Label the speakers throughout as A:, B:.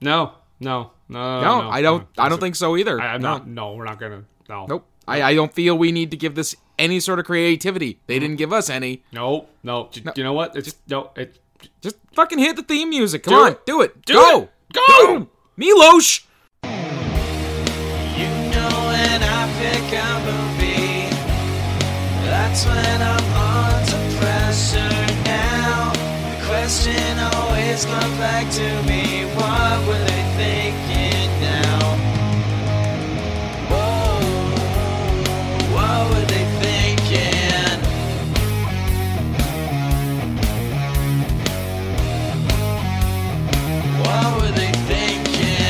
A: No, no, no,
B: No,
A: no,
B: I don't.
A: no.
B: I don't think so either.
A: I, I'm
B: no.
A: not. No, we're not gonna. No.
B: Nope. I, I don't feel we need to give this any sort of creativity. They didn't give us any.
A: No, no. J- You know what? It's no. It.
B: Just fucking hit the theme music. Come
A: Do
B: on,
A: it.
B: do it.
A: Do
B: Go.
A: it. Go!
B: Milosh.
C: You know when I pick a movie, that's when I'm under pressure now. The question always comes back to me, what were they thinking now? Whoa, what were they thinking? What were they thinking?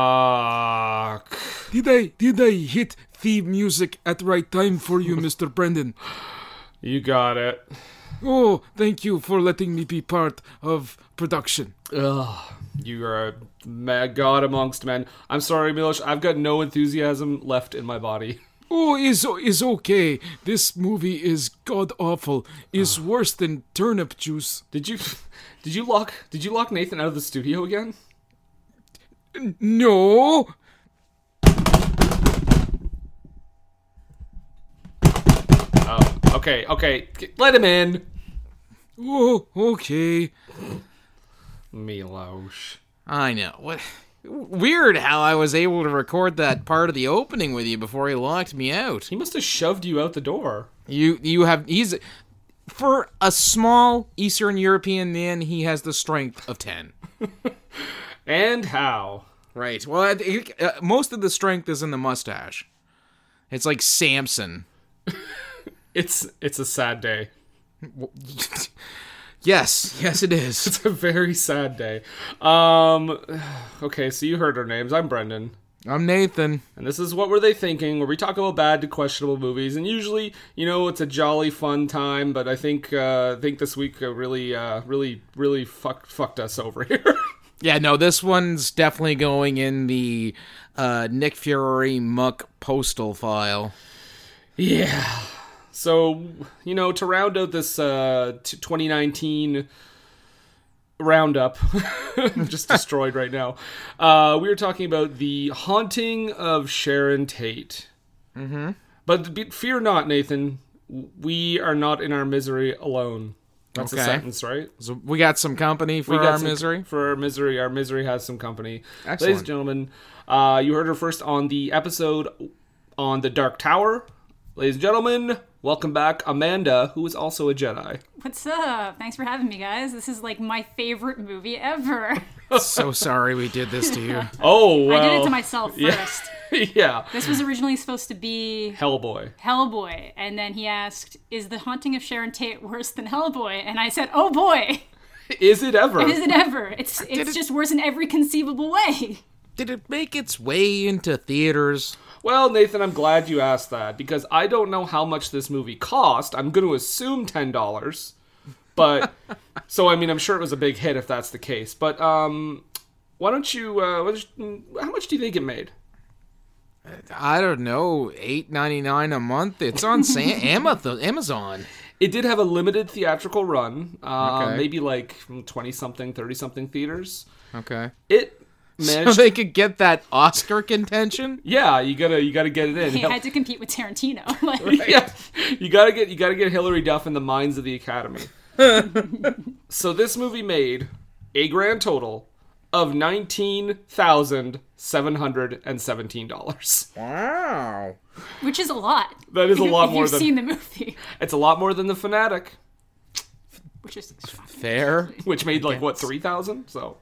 A: Fuck.
B: Did I did I hit theme music at right time for you, Mr. Brendan?
A: You got it.
B: Oh, thank you for letting me be part of production.
A: Ugh. You are a ma- god amongst men. I'm sorry, Milosh. I've got no enthusiasm left in my body.
B: Oh, is is okay. This movie is god awful. Is worse than turnip juice.
A: Did you? Did you lock? Did you lock Nathan out of the studio again?
B: No.
A: Okay. Okay. Let him in.
B: Oh, okay.
A: Milosh.
B: I know. What weird how I was able to record that part of the opening with you before he locked me out.
A: He must have shoved you out the door.
B: You you have he's for a small Eastern European man, he has the strength of 10.
A: And how?
B: Right. Well, I think, uh, most of the strength is in the mustache. It's like Samson.
A: It's it's a sad day.
B: yes, yes it is.
A: It's a very sad day. Um okay, so you heard our names. I'm Brendan.
B: I'm Nathan.
A: And this is what were they thinking? Where we talk about bad to questionable movies, and usually, you know, it's a jolly fun time. But I think, uh, I think this week uh, really, uh, really, really fucked fucked us over here.
B: Yeah, no, this one's definitely going in the uh, Nick Fury muck postal file.
A: Yeah. So, you know, to round out this uh, t- 2019 roundup, just destroyed right now, uh, we were talking about the haunting of Sharon Tate. Mm-hmm. But be- fear not, Nathan. We are not in our misery alone. That's a
B: Okay.
A: sentence, right?
B: So we got some company for
A: We got
B: our
A: some-
B: misery.
A: For our misery, our misery has some company. Ladies
B: Excellent.
A: and gentlemen, uh, you heard her first on the episode on the Dark Tower. Ladies and gentlemen, welcome back, Amanda, who is also a Jedi.
D: What's up? Thanks for having me, guys. This is like my favorite movie ever.
B: so sorry we did this to you.
A: Oh, well.
D: I did it to myself first.
A: yeah,
D: This was originally supposed to be
A: Hellboy.
D: Hellboy, and then he asked, "Is the haunting of Sharon Tate worse than Hellboy?" And I said, "Oh boy,
A: Is it ever?
D: is it ever? It's it's just worse in every conceivable way."
B: Did it make its way into theaters?
A: Well, Nathan, I'm glad you asked that because I don't know how much this movie cost. I'm going to assume ten dollars, but so I mean, I'm sure it was a big hit if that's the case. But um, why don't you? Uh, why don't you- how much do you think it made?
B: I don't know, eight ninety nine a month. It's on Sa- Amath- Amazon.
A: It did have a limited theatrical run, uh,
B: Okay.
A: maybe like twenty something, thirty something theaters.
B: Okay,
A: It
B: so
A: managed.
B: they could get that Oscar contention.
A: yeah, you gotta you gotta get it in.
D: He
A: Hil-
D: had to compete with Tarantino. Like,
A: yeah, you gotta get you gotta get Hillary Duff in the minds of the Academy. so this movie made a grand total of nineteen thousand seven hundred and seventeen dollars.
B: Wow.
D: which is a lot.
A: That is a
D: If you-
A: lot
D: if
A: more
D: you've
A: than-
D: seen the movie,
A: It's a lot more than the Fanatic,
D: which is
B: Fair.
A: which made like what three thousand. So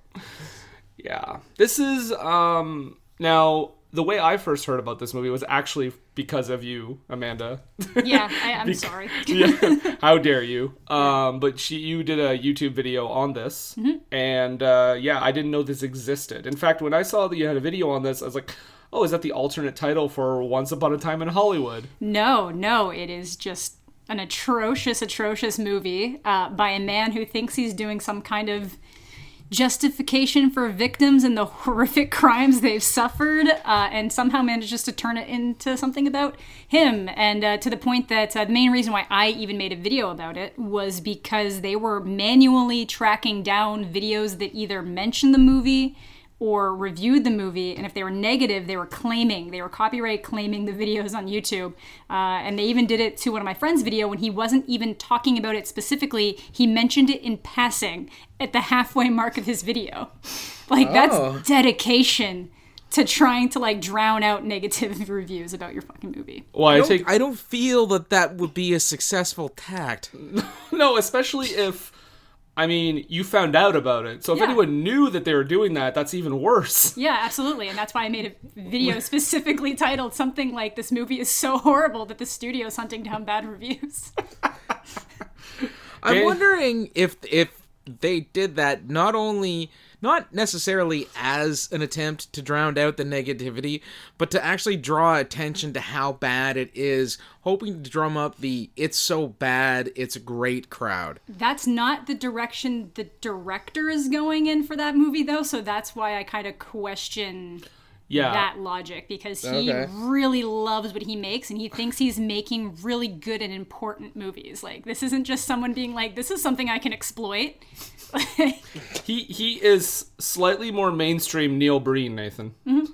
A: yeah, this is um now. The way I first heard about this movie was actually because of you, Amanda.
D: yeah. I, I'm sorry.
A: yeah. How dare you? Um, but she, you did a YouTube video on this, and uh, yeah, I didn't know this existed. In fact, when I saw that you had a video on this, I was like, "Oh, is that the alternate title for Once Upon a Time in Hollywood?"
D: No, no, it is just an atrocious, atrocious movie uh, by a man who thinks he's doing some kind of justification for victims and the horrific crimes they've suffered, uh, and somehow manages to turn it into something about him. And uh, to the point that uh, the main reason why I even made a video about it was because they were manually tracking down videos that either mentioned the movie or reviewed the movie, and if they were negative, they were claiming, they were copyright claiming the videos on YouTube. Uh, and they even did it to one of my friend's video when he wasn't even talking about it specifically. He mentioned it in passing at the halfway mark of his video. Like,
B: Oh.
D: that's dedication to trying to like drown out negative reviews about your fucking movie.
A: Well, I,
B: I
A: take
B: don't, I don't feel that that would be a successful tact.
A: no, especially if I mean you found out about it. So if
D: Yeah.
A: anyone knew that they were doing that, that's even worse.
D: Yeah, absolutely. And that's why I made a video specifically titled something like this movie is so horrible that the studio's hunting down bad reviews.
B: I'm
A: Eh.
B: wondering if if they did that not only not necessarily as an attempt to drown out the negativity, but to actually draw attention to how bad it is, hoping to drum up the it's so bad, it's great crowd.
D: That's not the direction the director is going in for that movie, though. So that's why I kind of question
A: Yeah.
D: that logic because he
B: Okay.
D: really loves what he makes and he thinks he's making really good and important movies. Like, this isn't just someone being like, this is something I can exploit.
A: He he is slightly more mainstream Neil Breen, Nathan.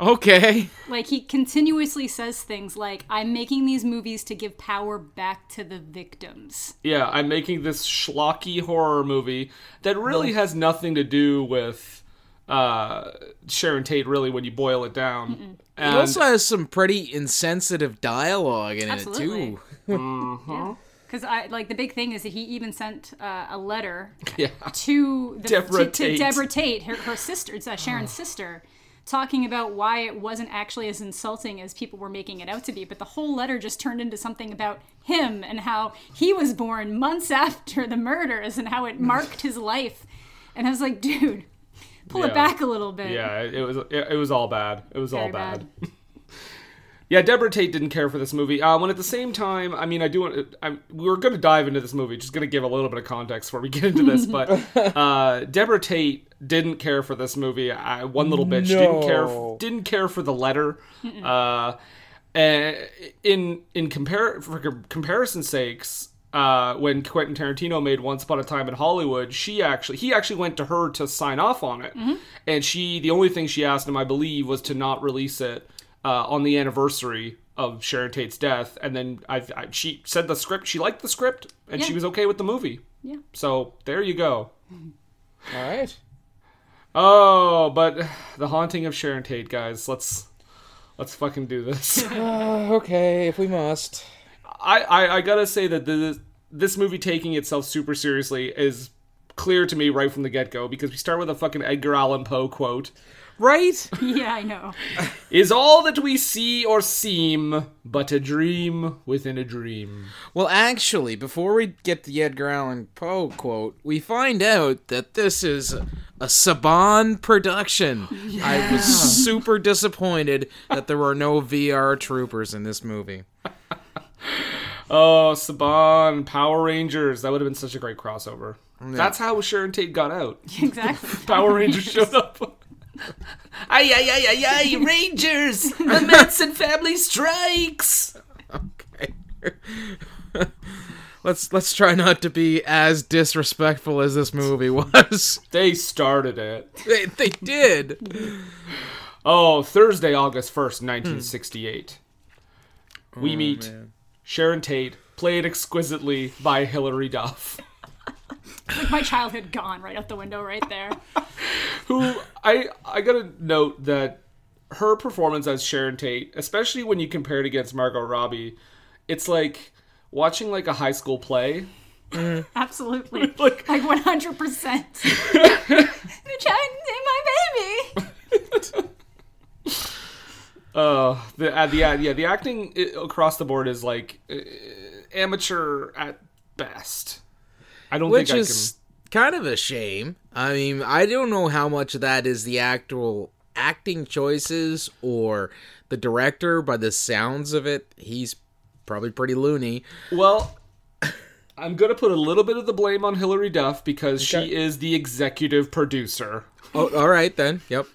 B: okay.
D: like, he continuously says things like, I'm making these movies to give power back to the victims.
A: Yeah, I'm making this schlocky horror movie that really has nothing to do with uh, Sharon Tate, really, when you boil it down. And
B: It also has some pretty insensitive dialogue in it
D: Absolutely.
B: too.
D: Because I like the big thing is that he even sent uh, a letter
A: yeah,
D: to the,
A: Deborah
D: to,
A: Tate. Oh.
D: to Deborah Tate, her, her sister, it's, uh, Sharon's sister, talking about why it wasn't actually as insulting as people were making it out to be. But the whole letter just turned into something about him and how he was born months after the murders and how it marked his life. And I was like, dude, pull
A: Yeah.
D: it back a little bit.
A: yeah, it it was it, it was all bad. It was all
D: Very
A: bad.
D: bad.
A: Yeah, Deborah Tate didn't care for this movie. Uh, when at the same time, I mean, I do want. I'm, we're going to dive into this movie. Just going to give a little bit of context before we get into this. But uh, Deborah Tate didn't care for this movie. I, one little bitch didn't care.
B: No.
A: Didn't care for the letter. Uh, and in in compare for com- comparison sakes, uh, when Quentin Tarantino made Once Upon a Time in Hollywood, she actually he actually went to her to sign off on it,
D: Mm-hmm.
A: and she the only thing she asked him, I believe, was to not release it uh, on the anniversary of Sharon Tate's death. And then I, I she said the script, she liked the script, and she
D: Yeah.
A: was okay with the movie.
D: Yeah.
A: So there you go.
B: All right.
A: Oh, but the haunting of Sharon Tate, guys. Let's let's fucking do this.
B: okay, if we must.
A: I, I, I gotta say that this, this movie taking itself super seriously is clear to me right from the get go because we start with a fucking Edgar Allan Poe quote
B: Right?
D: Yeah, I know.
A: Is all that we see or seem but a dream within a dream?
B: Well, actually, before we get the Edgar Allan Poe quote, we find out that this is a Saban production. I was super disappointed that there were no VR troopers in this movie.
A: Oh, Saban, Power Rangers. That would have been such a great crossover. That's how Sharon Tate got out.
D: Exactly.
A: Power Rangers showed up. Ay, ay, ay, ay, ay, Rangers! The Manson family strikes!
B: Okay. let's let's try not to be as disrespectful as this movie was.
A: They started it.
B: they, they did.
A: Oh, Thursday, August 1st, 1968. We meet Sharon Tate, played exquisitely by Hilary Duff,
D: Like my childhood gone right out the window right there.
A: who I I got to note that her performance as Sharon Tate, especially when you compare it against Margot Robbie, it's like watching like a high school play.
D: Absolutely.
A: Like
D: Like 100%. You're trying to name my baby.
A: Uh, the uh, the uh, yeah the acting i- across the board is like uh, amateur at best. I don't
B: Which
A: think
B: is kind of a shame. I mean, I don't know how much of that is the actual acting choices or the director. By the sounds of it, he's probably pretty loony.
A: I can. Well, I'm gonna put a little bit of the blame on Hilary Duff because
B: Okay.
A: she is the executive producer.
B: Oh, all right then. Yep.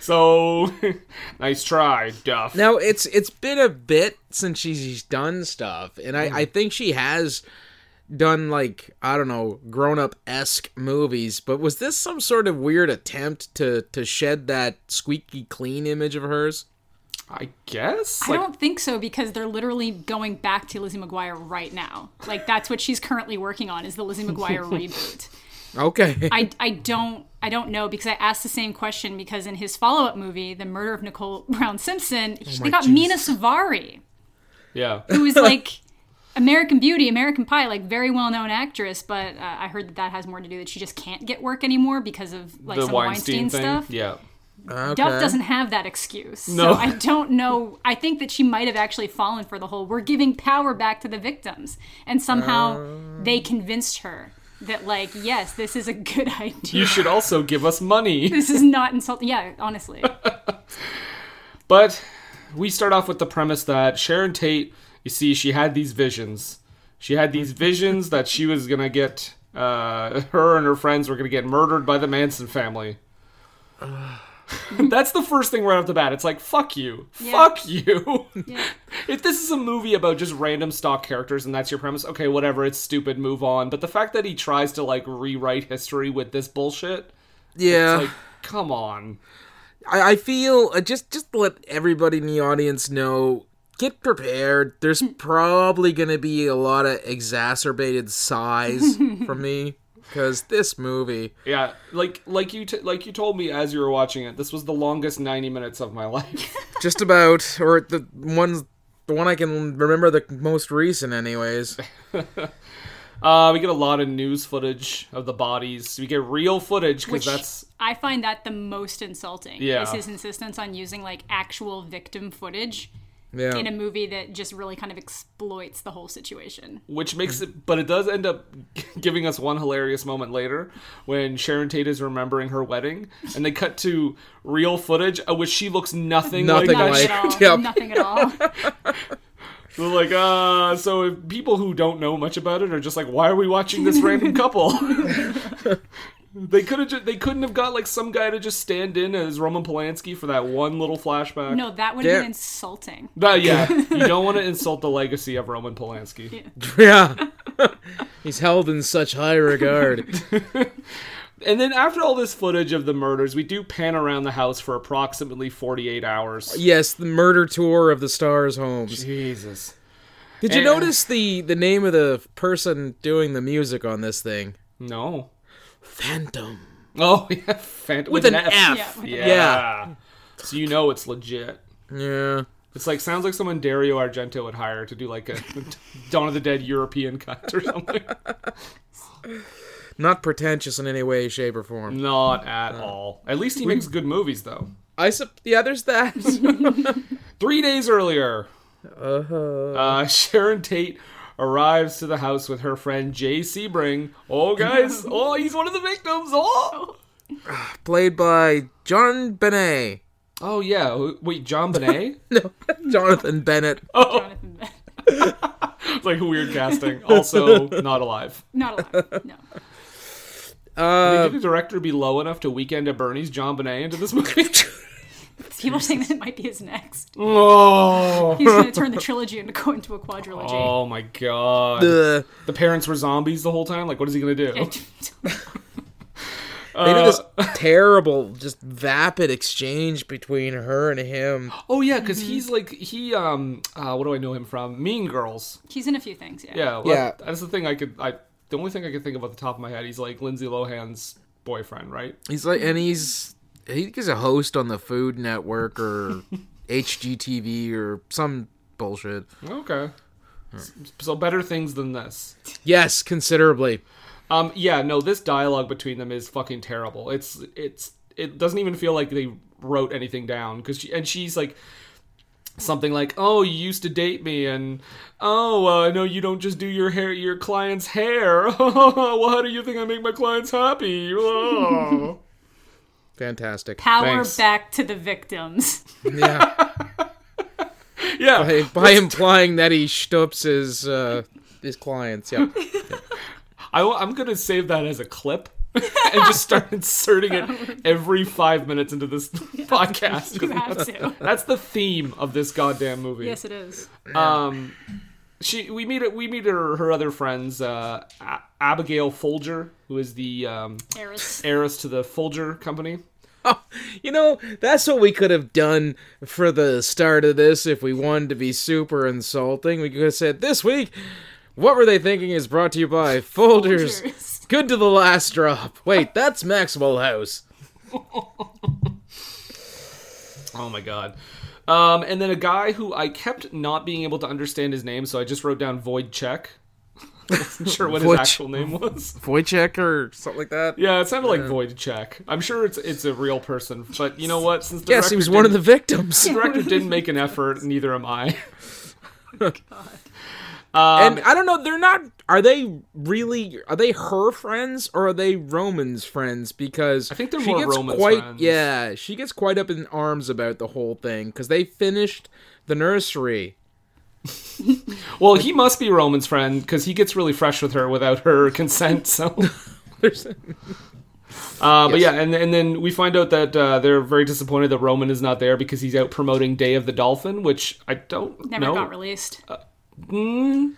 A: So nice try, Duff.
B: Now it's it's been a bit since she's done stuff, and I,
A: Hmm.
B: I think she has done like I don't know grown up esque movies. But was this some sort of weird attempt to to shed that squeaky clean image of hers?
A: I guess.
D: I
A: Like,
D: don't think so because they're literally going back to Lizzie McGuire right now. Like that's what she's currently working on is the Lizzie McGuire reboot.
B: Okay.
D: I, I don't I don't know because I asked the same question because in his follow up movie, The Murder of Nicole Brown Simpson,
A: Oh
D: they got Mina Savari,
A: yeah.
D: who is like American Beauty, American Pie, like very well known actress. But uh, I heard that that has more to do that she just can't get work anymore because of like
A: The
D: some
A: Weinstein,
D: Weinstein,
A: thing.
D: stuff.
A: Yeah.
D: Duff doesn't have that excuse.
A: No.
D: So I don't know. I think that she might have actually fallen for the whole we're giving power back to the victims. And somehow
A: Uh.
D: they convinced her that, like, yes, this is a good idea.
A: You should also give us money.
D: This is not insulting. Yeah, honestly.
A: But we start off with the premise that Sharon Tate, you see, she had these visions. She had these visions that she was gonna get uh, her and her friends were gonna get murdered by the Manson family. That's the first thing right off the bat. It's like, fuck you. Fuck you.
D: Yeah.
A: if this is a movie about just random stock characters and that's your premise, okay, whatever, it's stupid, move on. But the fact that he tries to like rewrite history with this bullshit,
B: yeah.
A: like, come on.
B: I, I feel uh, just just to let everybody in the audience know. Get prepared. There's probably going to be a lot of exacerbated sighs from me because this movie.
A: Yeah, like like you t- like you told me as you were watching it, this was the longest ninety minutes of my life.
B: just about or the ones the one i can remember the most recent anyways
A: Uh, we get a lot of news footage of the bodies. We get real footage because
D: Which
A: that's
D: I find that the most insulting.
A: Yeah.
D: Is his insistence on using, like, actual victim footage
B: yeah
D: in a movie that just really kind of exploits the whole situation.
A: which makes it, but it does end up giving us one hilarious moment later when Sharon Tate is remembering her wedding, and they cut to real footage of which she looks nothing,
B: Nothing
A: like that.
B: like-
D: Nothing at all.
B: Yep.
D: Nothing at all.
A: They're like, uh, so if people who don't know much about it are just like, why are we watching this random couple? they could have, ju- they couldn't have got like some guy to just stand in as Roman Polanski for that one little flashback.
D: No, that would have
B: Yeah.
D: been insulting.
A: But yeah, you don't want to insult the legacy of Roman Polanski.
B: yeah he's held in such high regard
A: And then after all this footage of the murders, we do pan around the house for approximately 48 hours.
B: yes the murder tour of the stars homes
A: Jesus.
B: did you
A: Eh.
B: notice the the name of the person doing the music on this thing
A: No.
B: phantom
A: Oh, yeah. Fant-
B: with an f,
D: Yeah. with
A: Yeah.
D: a-
B: Yeah.
A: So you know it's legit.
B: yeah
A: It's like sounds like someone Dario Argento would hire to do like a Dawn of the Dead European cut or something.
B: not pretentious in any way shape or form
A: Not at
B: Uh,
A: all. At least he makes good movies though.
B: i sup yeah there's that
A: Three days earlier,
B: Uh-huh.
A: uh, Sharon Tate arrives to the house with her friend Jay Sebring. Oh, guys! Oh, he's one of the victims. Oh,
B: played by john benet
A: oh yeah. Wait, John Bonet?
B: no jonathan bennett
D: Jonathan Bennett.
A: It's like weird casting. Also, not alive.
D: Not a lot. No.
B: Uh,
A: Did the director be low enough to weekend at Bernie's John Bonet into this movie?
D: People are saying that it might be his next.
A: oh.
D: He's going to turn the trilogy into go into a quadrilogy.
A: Oh my god.
B: the
A: the parents were zombies the whole time. Like, what is he gonna do?
B: They did this
A: Uh,
B: terrible, just vapid exchange between her and him.
A: oh yeah, because he's like he um uh, what do I know him from? Mean Girls.
D: He's in a few things. Yeah.
A: Yeah, well,
B: Yeah.
A: That's the thing I could I the only thing I could think of at the top of my head. He's like Lindsay Lohan's boyfriend, right?
B: He's like, and he's he's a host on the Food Network or HGTV or some bullshit.
A: Okay. S- So better things than this.
B: Yes, considerably.
A: Um, yeah, no, this dialogue between them is fucking terrible. It's it's it doesn't even feel like they wrote anything down because she and she's like something like, "Oh, you used to date me," and "Oh, uh, no, you don't just do your hair, your client's hair." well, how do you think I make my clients happy? Oh.
B: Fantastic.
D: Power
A: Thanks.
D: back to the victims.
B: Yeah.
A: yeah,
B: By, by implying that he stoops his uh, his clients. Yeah.
A: I, am gonna save that as a clip and just start inserting it every five minutes into this podcast.
D: You have to.
A: That's the theme of this goddamn movie.
D: Yes, it is.
A: Um, she we meet we meet her her other friends uh, A- Abigail Folger, who is the um,
D: Eris.
A: heiress to the Folger company.
B: you know, that's what we could have done for the start of this if we wanted to be super insulting. We could have said, This week, What Were They Thinking is brought to you by Folders.
D: Folders.
B: Good to the last drop. Wait, that's Maxwell House.
A: Oh my god. Um, and then a guy who I kept not being able to understand his name, so I just wrote down Void Check. wasn't sure what his
B: Void-
A: actual name was.
B: Wojciech or something like that.
A: Yeah, it sounded like Void Check. I'm sure it's it's a real person, but you know what? Since the
B: Yes,
A: director
B: he was one of
A: didn't-
B: the victims.
A: the director didn't make an effort, neither am I. Um,
B: and I don't know, they're not are they really are they her friends or are they Roman's friends? Because I
A: think they're more Roman's
B: quite
A: friends.
B: yeah, she gets quite up in arms about the whole thing because they finished the nursery.
A: Well, he must be Roman's friend because he gets really fresh with her without her consent. So,
B: There's-
A: uh, but yeah, and and then we find out that uh, they're very disappointed that Roman is not there because he's out promoting Day of the Dolphin, which I don't
D: Never
A: know.
D: got released.
A: Uh,
B: he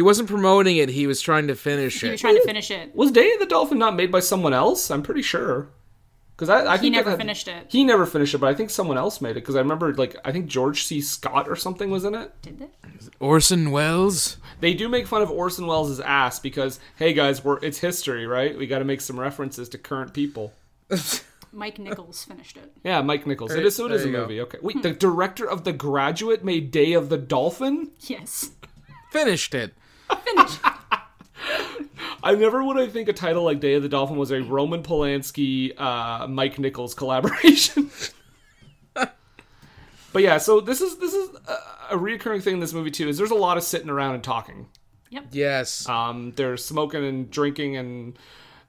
B: wasn't promoting it; he was trying to finish
D: He was
B: it.
D: trying to finish it.
A: Was Day of the Dolphin not made by someone else? I'm pretty sure. Because I, I
D: He
A: think
D: never
A: that-
D: finished it.
A: He never finished it, but I think someone else made it because I remember, like, I think George C. Scott or something was in it.
D: Did they?
B: Orson Welles.
A: They do make fun of Orson Welles' ass because, hey guys, we're it's history, right? We got to make some references to current people.
D: Mike Nichols finished it.
A: Yeah, Mike Nichols. It is so it is a
B: there you go.
A: movie. Okay.
D: Hmm.
A: Wait, the director of The Graduate made Day of the Dolphin?
D: Yes.
B: Finished it.
A: I never would I think a title like Day of the Dolphin was a Roman Polanski uh, Mike Nichols collaboration. but yeah, so this is this is a, a reoccurring thing in this movie too. Is there's a lot of sitting around and talking.
B: Yes.
A: Um, they're smoking and drinking, and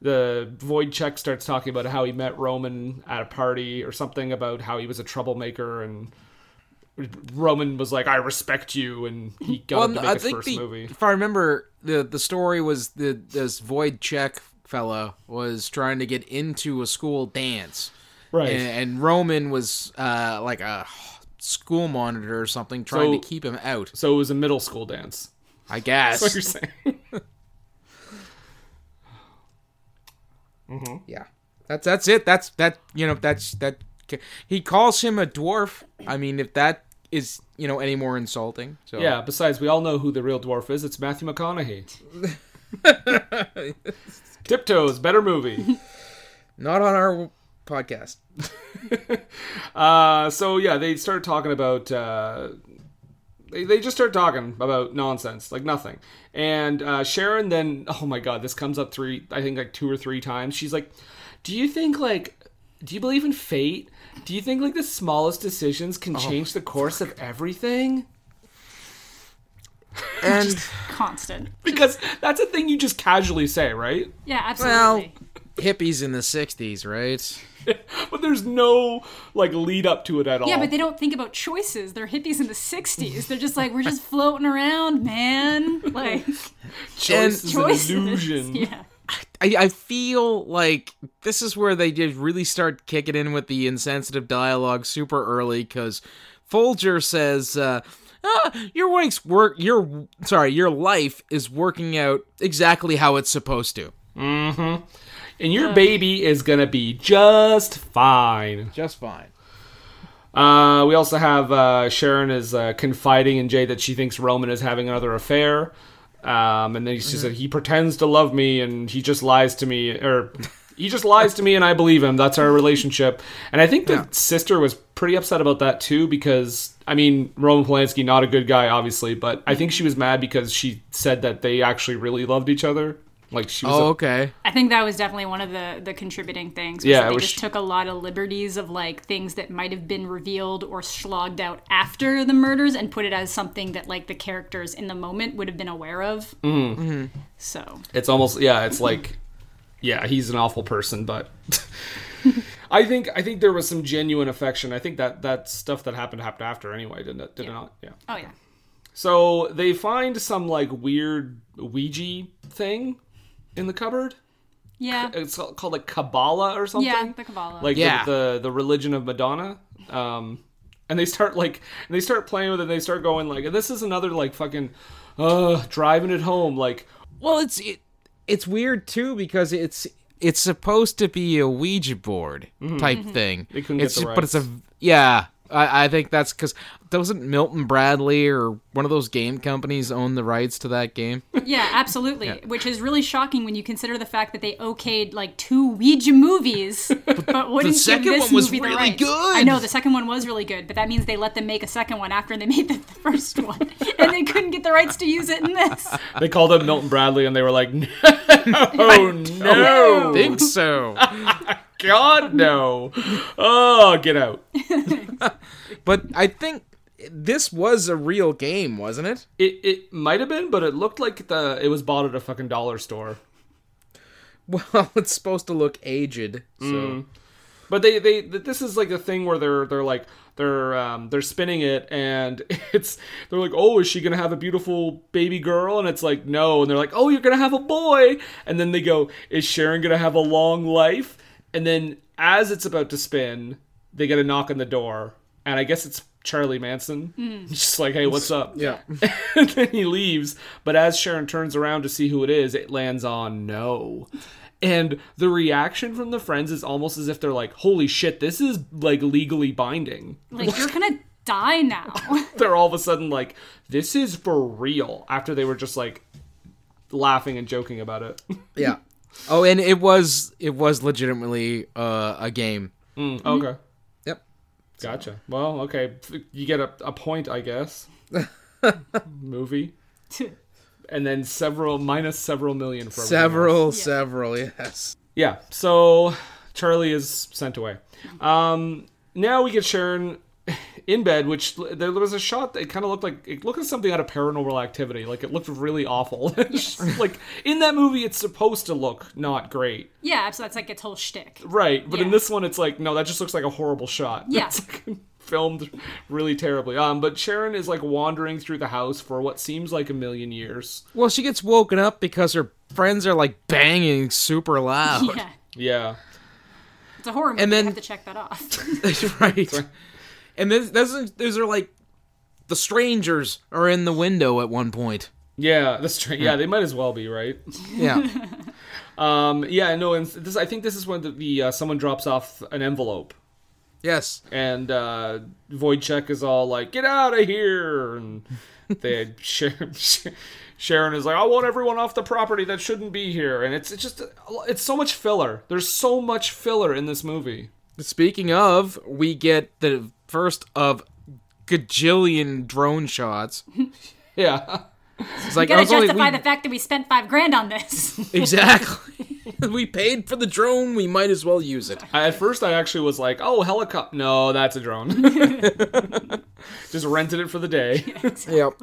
A: the void check starts talking about how he met Roman at a party or something about how he was a troublemaker, and Roman was like, "I respect you," and he got him to
B: no,
A: make his first
B: the,
A: movie.
B: if I remember, the the story was the this void check fella was trying to get into a school dance,
A: Right.
B: and, and Roman was uh, like a school monitor or something, trying
A: So-
B: to keep him out.
A: So it was a middle school dance.
B: I
A: That's what you're
B: guess.
A: saying.
B: yeah, that's that's it. That's that. You know, that's that. He calls him a dwarf. I mean, if that is you know any more insulting, so
A: yeah. Besides, we all know who the real dwarf is. It's Matthew McConaughey. Tiptoes, better movie.
B: not on our podcast.
A: Uh, so yeah, they start talking about. Uh, they, they just start talking about nonsense, like nothing. And uh, Sharon then, oh my god, this comes up three, I think like two or three times. She's like, "Do you think like, do you believe in fate? Do you think like the smallest decisions can change the course of everything?"
B: And
D: Constant.
A: Because that's a thing you just casually say, right?
D: Yeah,
B: well,
D: absolutely.
B: hippies in the '60s, right?
A: But there's no like lead up to it at all.
D: yeah, but they don't think about choices. They're hippies in the 60s. They're just like, we're just floating around, man. Like,
A: choice is
D: choices.
A: an illusion.
D: Yeah.
B: I, I feel like this is where they did really start kicking in with the insensitive dialogue super early because Folger says, uh, ah, "Your wife's work, your sorry, your life is working out exactly how it's supposed to."
A: And your baby is gonna be just fine.
B: Just fine.
A: Uh, we also have uh, Sharon is uh, confiding in Jay that she thinks Roman is having another affair. Um, and then she said, he pretends to love me and he just lies to me. Or he just lies to me and I believe him. That's our relationship. And I think the sister was pretty upset about that too because, I mean, Roman Polanski, not a good guy, obviously, but I think she was mad because she said that they actually really loved each other. Like she was
B: Oh,
A: a-
B: okay.
D: I think that was definitely one of the, the contributing things. was
A: Yeah,
D: that
A: it
D: They
A: was-
D: just took a lot of liberties of like things that might have been revealed or slogged out after the murders and put it as something that like the characters in the moment would have been aware of. Mm-hmm. So,
A: It's almost yeah, it's like yeah, he's an awful person, but I think I think there was some genuine affection. I think that that stuff that happened happened after anyway, didn't it? Did it not? Yeah.
D: oh yeah.
A: So they find some like weird Ouija thing in the cupboard.
D: Yeah.
A: It's called like Kabbalah or something.
D: Yeah, the Kabbalah.
A: uh, like
B: Yeah.
A: the, the the religion of Madonna. Um, and they start like and they start playing with it. And they start going like, and this is another like fucking, uh, driving it home. Like,
B: Well, it's it, it's weird too because it's it's supposed to be a Ouija board type thing.
A: Mm-hmm. They couldn't get
B: it's
A: the
B: but it's a yeah. I, I think that's because doesn't Milton Bradley or one of those game companies own the rights to that game?
D: Yeah, absolutely. Which is really shocking when you consider the fact that they okayed like two Ouija movies, but wouldn't
B: second
D: give this
B: one was
D: movie the
B: really
D: rights.
B: good.
D: I know the second one was really good, but that means they let them make a second one after they made the, the first one, and they couldn't get the rights to use it in this.
A: they called up Milton Bradley and they were like, no, no,
D: No.
B: think so.
A: God, no. Oh, get out.
B: but I think this was a real game, wasn't it?
A: It it might have been, but it looked like the it was bought at a fucking dollar store.
B: Well, it's supposed to look aged. So
A: Mm. But they they th- this is like a thing where they're they're like they're um they're spinning it and it's they're like oh is she gonna have a beautiful baby girl and it's like no and they're like oh you're gonna have a boy and then they go is Sharon gonna have a long life and then as it's about to spin they get a knock on the door and I guess it's Charlie Manson just like hey what's up
B: yeah,
A: and then he leaves. But as Sharon turns around to see who it is, it lands on no. And the reaction from the friends is almost as if they're like, holy shit, this is like legally binding.
D: Like you're gonna die now.
A: They're all of a sudden like, this is for real. After they were just like laughing and joking about it.
B: yeah. Oh, and it was it was legitimately uh, a game.
A: okay.
B: Yep.
A: Gotcha. Well, okay. You get a, a point, I guess. Movie. And then several, minus several million for everyone else.
B: Several, several, yes.
A: Yeah, so Charlie is sent away. Um, now we get Sharon in bed, which there was a shot that kind of looked like it looked like something out of paranormal activity. Like it looked really awful. like in that movie, it's supposed to look not great,
D: yeah, so that's like its whole shtick.
A: right? But in
D: Yeah.
A: this one, it's like no, that just looks like a horrible shot.
D: Yeah.
A: It's like filmed really terribly. Um, but Sharon is like wandering through the house for what seems like a million years.
B: Well, she gets woken up because her friends are like banging super loud.
D: Yeah,
A: Yeah.
D: it's a horror movie.
B: then-
D: you have to check that off.
B: right. And this, this, those are like the strangers are in the window at one point.
A: Yeah, that's true.
D: Hmm.
A: Yeah, they might as well be, right?
B: Yeah.
A: Um, yeah, no, and this I think this is when the, the uh, someone drops off an envelope,
B: yes.
A: and uh, Voidcheck is all like, "Get out of here!" and they Sharon, Sharon is like, "I want everyone off the property that shouldn't be here," and it's it's just it's so much filler. There's so much filler in this movie.
B: Speaking of, we get the first of gajillion drone shots.
A: Yeah,
B: It's like
D: you
B: I
D: gotta
B: was only-
D: justify
B: we-
D: the fact that we spent five grand on this.
B: exactly. we paid for the drone. We might as well use it.
A: I, at first I actually was like, "Oh, helicopter! No, that's a drone." just rented it for the day.
B: Yep.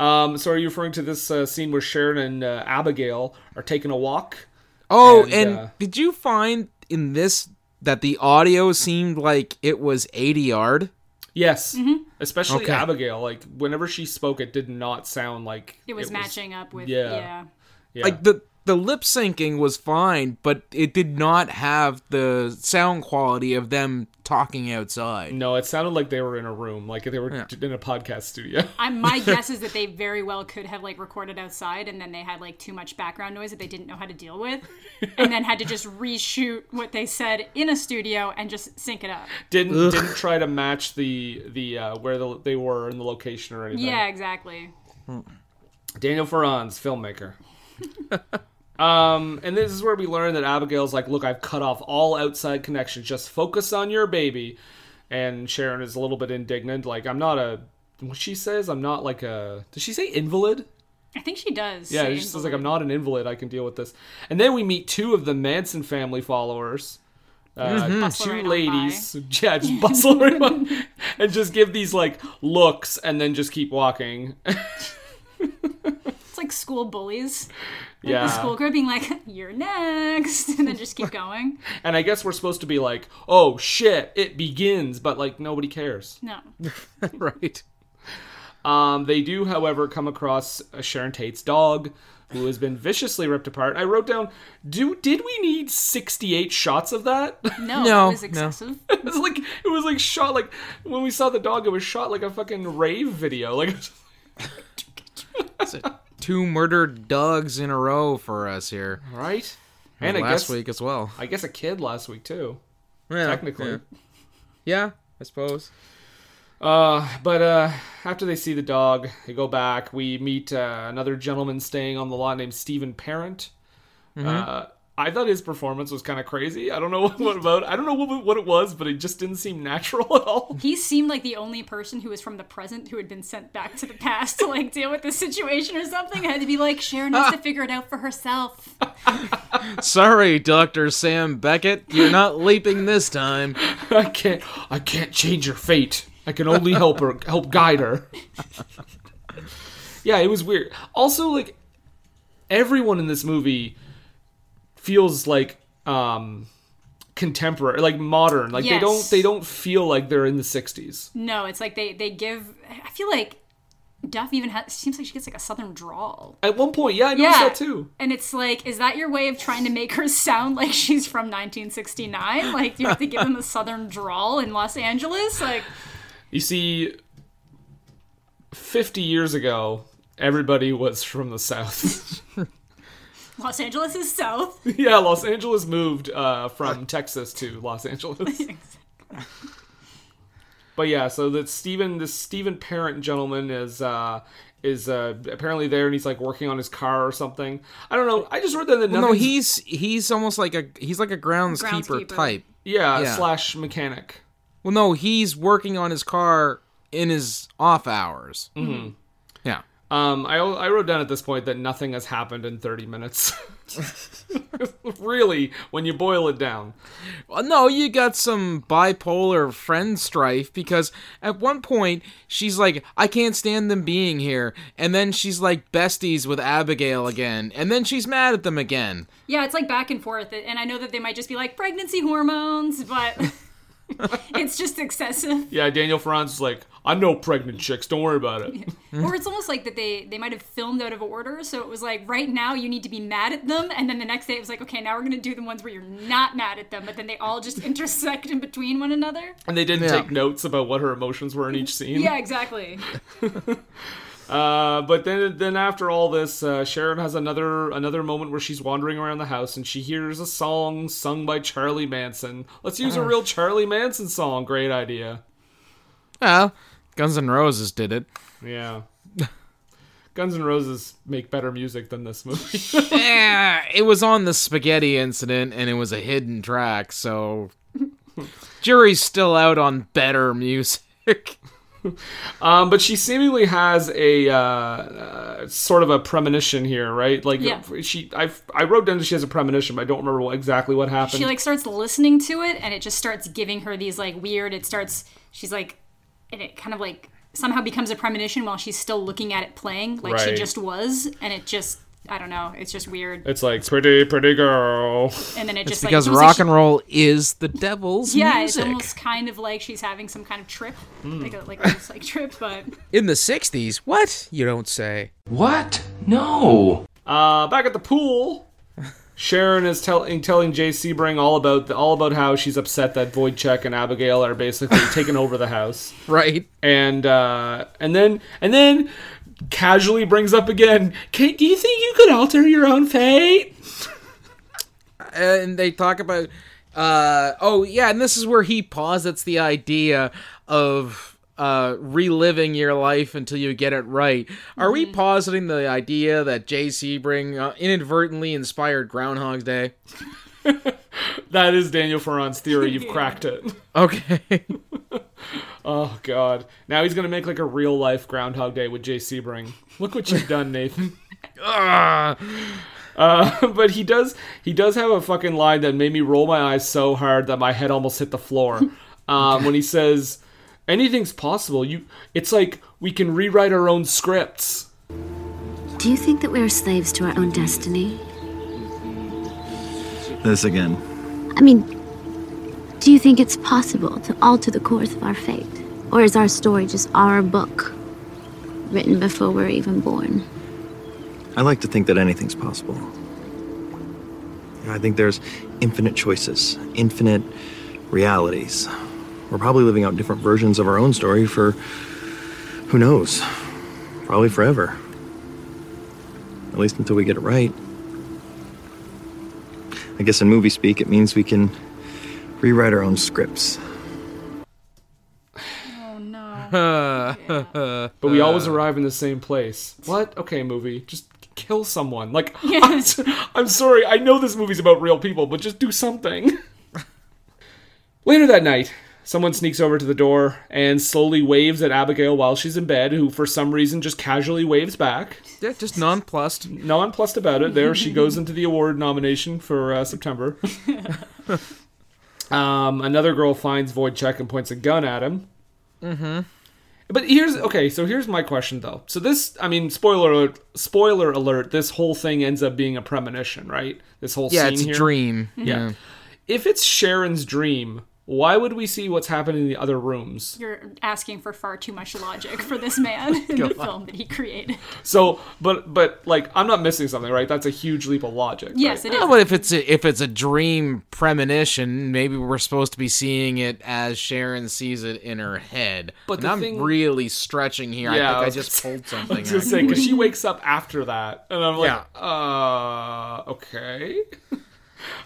A: Um, so are you referring to this uh, scene where Sharon and uh, Abigail are taking a walk?
B: Oh,
A: And,
B: and,
A: uh,
B: did you find in this that the audio seemed like it was 80 yard?
A: Yes,
D: Mm-hmm.
A: especially
B: Okay.
A: Abigail. Like whenever she spoke, it did not sound like
D: It was matching up with
A: yeah.
D: yeah.
A: yeah.
B: Like the the lip syncing was fine, but it did not have the sound quality of them talking outside.
A: no, it sounded like they were in a room, like they were t- in a podcast studio.
D: I, my guess is that they very well could have like recorded outside and then they had like too much background noise that they didn't know how to deal with and then had to just reshoot what they said in a studio and just sync it up.
A: didn't didn't try to match the the uh, where the, they were in the location or anything.
D: Yeah, exactly.
A: Daniel Ferran's filmmaker. um, and this is where we learn that Abigail's like, "Look, I've cut off all outside connections. Just focus on your baby." And Sharon is a little bit indignant. Like, I'm not a. What she says, I'm not like a. Does she say invalid?
D: I think she does.
A: Yeah,
D: say
A: she just says like, "I'm
D: invalid.
A: not an invalid. I can deal with this." And then we meet two of the Manson family followers, uh, two
D: Mm-hmm. Bustle right on
A: ladies. Yeah, just bustle right on and just give these like looks, and then just keep walking.
D: It's like school bullies.
A: yeah,
D: The school girl being like, "You're next," and then just keep going.
A: and I guess we're supposed to be like, "Oh shit, it begins," but like nobody cares.
D: No,
B: right.
A: Um, they do, however, come across uh, Sharon Tate's dog, who has been viciously ripped apart. I wrote down, "Do did we need sixty-eight shots of that?"
D: No,
B: No,
D: it was
B: no.
D: excessive.
A: it was like it was like shot like when we saw the dog, it was shot like a fucking rave video. Like
B: Two murdered dogs in a row for us here.
A: right?
B: And
A: And I
B: last
A: guess
B: week as well.
A: I guess a kid last week too.
B: Yeah,
A: Technically.
B: Yeah, Yeah, I suppose.
A: Uh, but uh, after they see the dog, they go back. We meet uh, another gentleman staying on the lot named Stephen Parent.
B: Mm-hmm.
A: Uh, I thought his performance was kind of crazy. I don't know what about. I don't know what, what it was, but it just didn't seem natural at all.
D: He seemed like the only person who was from the present who had been sent back to the past to like deal with the situation or something. I had to be like, Sharon has to figure it out for herself.
B: Sorry, Dr. Sam Beckett. You're not leaping this time.
A: I can't. I can't change her fate. I can only help her. Help guide her. yeah, it was weird. Also, like everyone in this movie feels like um contemporary, like modern. Like they don't.
D: Yes.
A: They don't feel like they're in the '60s.
D: No, it's like they they give. I feel like Duff even has, seems like she gets like a southern drawl.
A: At one point, yeah, I noticed that too.
D: And it's like, is that your way of trying to make her sound like she's from 1969? Like, you have to give them a southern drawl in Los Angeles? Like,
A: You see, 50 years ago, everybody was from the South.
D: Los Angeles is south.
A: yeah, Los Angeles moved uh, from Texas to Los Angeles. But yeah, so that Stephen, this Stephen Parent gentleman is uh, is uh, apparently there, and he's like working on his car or something. I don't know. I just read that the
B: No, he's he's almost like a he's like a groundskeeper,
D: Groundskeeper.
B: type.
A: yeah,
B: yeah.
A: slash mechanic.
B: Well, no, he's working on his car in his off hours. Mm-hmm. Yeah.
A: Um, I I wrote down at this point that nothing has happened in 30 minutes. really, when you boil it down.
B: Well, Uh, no, you got some bipolar friend strife because at one point she's like, I can't stand them being here. And then she's like besties with Abigail again. And then she's mad at them again.
D: Yeah, it's like back and forth. And I know that they might just be like pregnancy hormones, but it's just excessive.
A: Yeah, Daniel Franz is like, I know pregnant chicks. Don't worry about it.
D: Or it's almost like that they, they might have filmed out of order. So it was like, right now you need to be mad at them. And then the next day it was like, okay, now we're going to do the ones where you're not mad at them. But then they all just intersect in between one another.
A: And they didn't
B: Yeah.
A: take notes about what her emotions were in each scene.
D: Yeah, exactly.
A: Uh, but then, then after all this, uh, Sharon has another another moment where she's wandering around the house and she hears a song sung by Charlie Manson. Let's
D: Mm.
A: use a real Charlie Manson song. Great idea.
B: Well, Guns N' Roses did it.
A: Yeah. Guns N' Roses make better music than this movie.
B: Eh, it was on the spaghetti incident and it was a hidden track, so. Jury's still out on better music.
A: Um, but she seemingly has a uh, uh, sort of a premonition here, right? Like
D: Yeah.
A: she, I, I wrote down that she has a premonition, but I don't remember what, exactly what happened.
D: she like starts listening to it and it just starts giving her these like weird it starts she's like and it kind of like somehow becomes a premonition while she's still looking at it playing like she
A: Right.
D: just was and it just i don't know it's just weird
A: it's like pretty, pretty girl.
D: and then it just like
B: because
D: it's
B: rock
D: almost like
B: and roll is the devil's
D: she- yeah
B: music.
D: it's almost kind of like she's having some kind of trip like a like, a like trip but
B: In the 60s? What? You don't say.
E: What? No.
A: Uh, back at the pool, Sharon is telling telling Jay Sebring all about the, all about how she's upset that Voidcheck and Abigail are basically taking over the house,
B: Right.
A: and uh, and then and then casually brings up again, "Kate, do you think you could alter your own fate?"
B: and they talk about uh oh yeah and this is where he posits the idea of uh reliving your life until you get it right are we positing the idea that jay sebring uh, inadvertently inspired groundhog day
A: That is Daniel Ferran's theory. You've cracked it.
B: okay
A: Oh God! Now he's gonna make like a real life Groundhog Day with Jay Sebring. Look what you've done, Nathan.
B: Ah.
A: Uh, but he does he does have a fucking line that made me roll my eyes so hard that my head almost hit the floor. Um, when he says, "Anything's possible," you it's like we can rewrite our own scripts.
F: Do you think that we're slaves to our own destiny?
G: This again.
F: I mean, do you think it's possible to alter the course of our fate? Or is our story just our book? written before we're even born.
G: I like to think that anything's possible. You know, I think there's infinite choices, infinite realities. We're probably living out different versions of our own story for who knows? Probably forever. At least until we get it right. I guess in movie speak, it means we can rewrite our own scripts.
D: Oh no.
A: But we always arrive in the same place. What? Okay, movie. Just kill someone. Like, I'm, s- I'm sorry, I know this movie's about real people, but just do something. Later that night, someone sneaks over to the door and slowly waves at Abigail while she's in bed, who for some reason just casually waves back.
B: Yeah, just nonplussed.
A: Nonplussed about it, there she goes into the award nomination for uh, September. um, another girl finds Voidcheck and points a gun at him. Mm-hmm. But here's okay. So here's my question though. So this, I mean, spoiler alert, spoiler alert. This whole thing ends up being a premonition, right? This whole
B: Yeah,
A: scene
B: it's a
A: here.
B: dream.
A: Yeah. If it's Sharon's dream, why would we see what's happening in the other rooms?
D: You're asking for far too much logic for this man in the film that he created.
A: So, but but like, I'm not missing something, right? That's a huge leap of logic.
D: Yes, it
B: Yeah,
D: is.
B: but if it's a, if it's a dream premonition, maybe we're supposed to be seeing it as Sharon sees it in her head.
A: But
B: And
A: the
B: I'm
A: thing-
B: really stretching here.
A: Yeah, I
B: I
A: was
B: think I just pulled something.
A: I was gonna say
B: actually.
A: because she wakes up after that, and I'm like, uh, okay.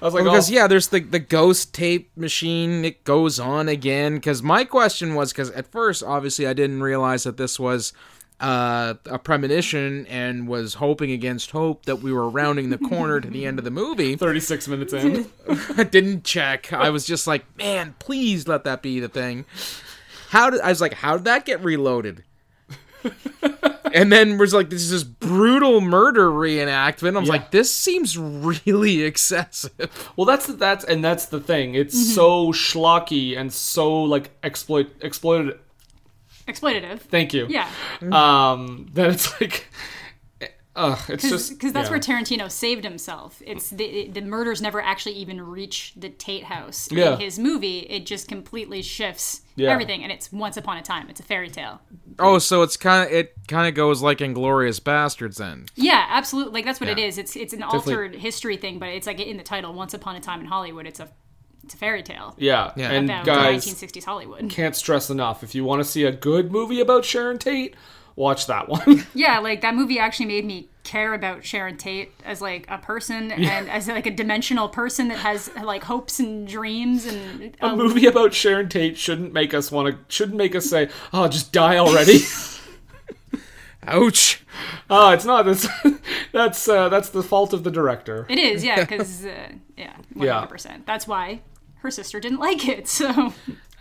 A: I was like,
B: because
A: oh,
B: yeah, there's the the ghost tape machine. It goes on again. Because my question was, because at first, obviously, I didn't realize that this was uh, a premonition and was hoping against hope that we were rounding the corner to the end of the movie.
A: 36 minutes in.
B: I didn't check. I was just like, man, please let that be the thing. How did I was like, how did that get reloaded? and then was like, this is this brutal murder reenactment. I was like, this seems really excessive.
A: Well, that's that's and that's the thing. It's
D: Mm-hmm.
A: so schlocky and so like exploit exploited.
D: Exploitative.
A: Thank you.
D: Yeah,
A: Um, that it's like, uh, it's
D: because
A: just
D: that's
A: yeah.
D: where Tarantino saved himself. It's the the murders never actually even reach the Tate house
A: Yeah.
D: in his movie. It just completely shifts
A: Yeah.
D: everything, and it's once upon a time. It's a fairy tale.
B: Oh, so it's kind of it kind of goes like Inglorious Bastards then.
D: Yeah, absolutely. Like that's what it
B: Yeah.
D: is. It's it's an altered history thing, but it's like in the title, once upon a time in Hollywood. It's a it's a fairy tale
A: yeah.
B: Yeah.
A: And
D: about
A: guys,
D: 1960s Hollywood.
A: can't stress enough. If you want to see a good movie about Sharon Tate, watch that one.
D: Yeah, like that movie actually made me care about Sharon Tate as like a person and as like a dimensional person that has like hopes and dreams and um,
A: a movie about Sharon Tate shouldn't make us want to. Shouldn't make us say, "Oh, just die already."
B: Ouch.
A: Oh, it's not. That's that's uh, that's the fault of the director.
D: It is, yeah, because uh, yeah, one
A: Yeah.
D: hundred percent. That's why her sister didn't like it. So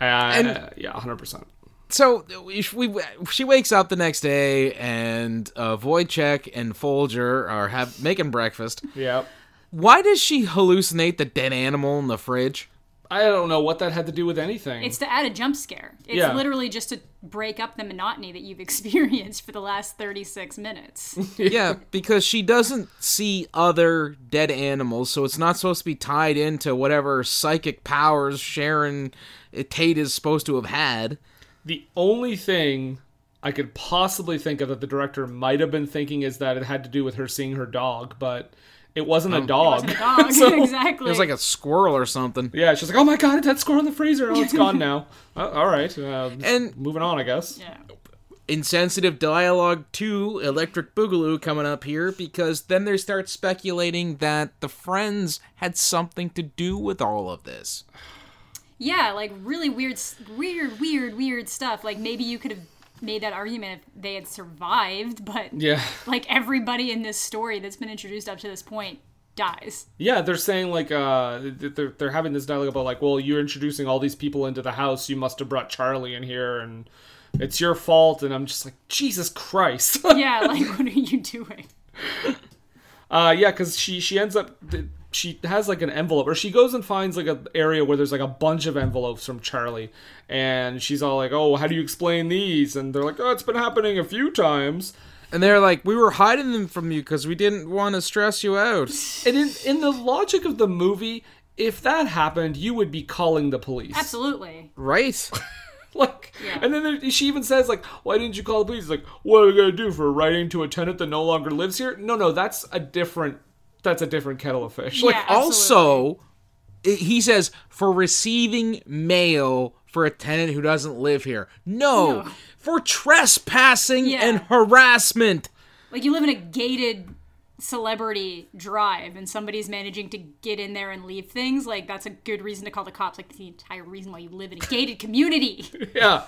A: Uh, and, yeah, hundred percent.
B: so if we she wakes up the next day and uh, Wojciech and Folger are have making breakfast.
A: Yeah,
B: Why does she hallucinate the dead animal in the fridge?
A: I don't know what that had to do with anything.
D: it's to add a jump scare. It's
A: Yeah.
D: literally just to break up the monotony that you've experienced for the last thirty six minutes.
B: yeah, because she doesn't see other dead animals, so it's not supposed to be tied into whatever psychic powers Sharon uh, Tate is supposed to have had.
A: the only thing I could possibly think of that the director might have been thinking is that it had to do with her seeing her dog, but Oh. it wasn't a dog.
D: Dog,
A: So-
D: exactly.
B: It was like a squirrel or something.
A: yeah, she's like, "Oh my god, it's that squirrel in the freezer. Oh, it's gone now." Uh, all right, uh,
B: And-
A: moving on, I guess.
D: yeah.
B: insensitive dialogue to Electric Boogaloo coming up here because then they start speculating that the friends had something to do with all of this.
D: Yeah, like really weird, s- weird, weird, weird stuff. Like maybe you could have made that argument if they had survived, but
A: Yeah,
D: like everybody in this story that's been introduced up to this point dies.
A: yeah. They're saying like uh, th- they're they're having this dialogue about like, well, you're introducing all these people into the house. You must have brought Charlie in here, and it's your fault. And I'm just like, Jesus Christ.
D: Yeah, like what are you doing?
A: Uh, yeah, because she she ends up th- she has like an envelope, or she goes and finds like an area where there's like a bunch of envelopes from Charlie, and she's all like, "Oh, how do you explain these?" And they're like, "Oh, it's been happening a few times."
B: And they're like, we were hiding them from you because we didn't want to stress you out.
A: And in in the logic of the movie, if that happened, you would be calling the police.
D: Absolutely.
B: Right?
A: Like, and then there, she even says, like, why didn't you call the police? It's like, what are we gonna do for writing to a tenant that no longer lives here? No, no, that's a different, that's a different kettle of fish. Like,
D: Yeah,
B: also i- he says for receiving mail for a tenant who doesn't live here no, for trespassing
D: Yeah.
B: and harassment
D: Like you live in a gated celebrity drive and somebody's managing to get in there and leave things, like that's a good reason to call the cops. Like it's the entire reason why you live in a gated community.
A: yeah,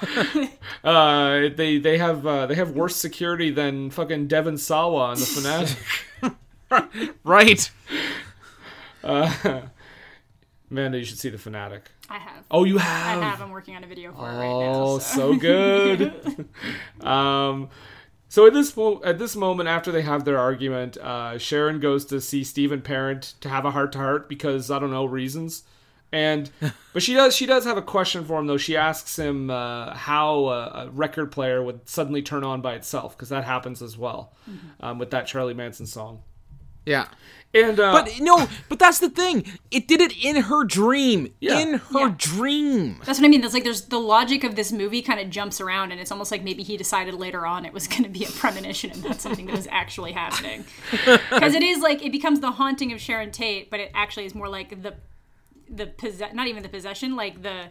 A: uh, they they have uh, they have worse security than fucking Devon Sawa in the finale.
B: right
A: Amanda, you should see the fanatic.
D: I have.
A: Oh, you
D: I
A: have.
D: have. I'm working on a video for it right now.
A: Oh,
D: So.
A: so good. um, so at this mo- at this moment, after they have their argument, uh, Sharon goes to see Stephen Parent to have a heart to heart because I don't know reasons. And but she does she does have a question for him though. She asks him uh, how a, a record player would suddenly turn on by itself because that happens as well
D: Mm-hmm.
A: um, with that Charlie Manson song.
B: yeah
A: And uh,
B: but no but that's the thing it did it in her dream
A: Yeah.
B: in her dream
D: That's what I mean. That's like there's the logic of this movie kind of jumps around, and it's almost like maybe he decided later on it was going to be a premonition and not something that was actually happening. Because it is like it becomes the haunting of Sharon Tate, but it actually is more like the the possess not even the possession, like the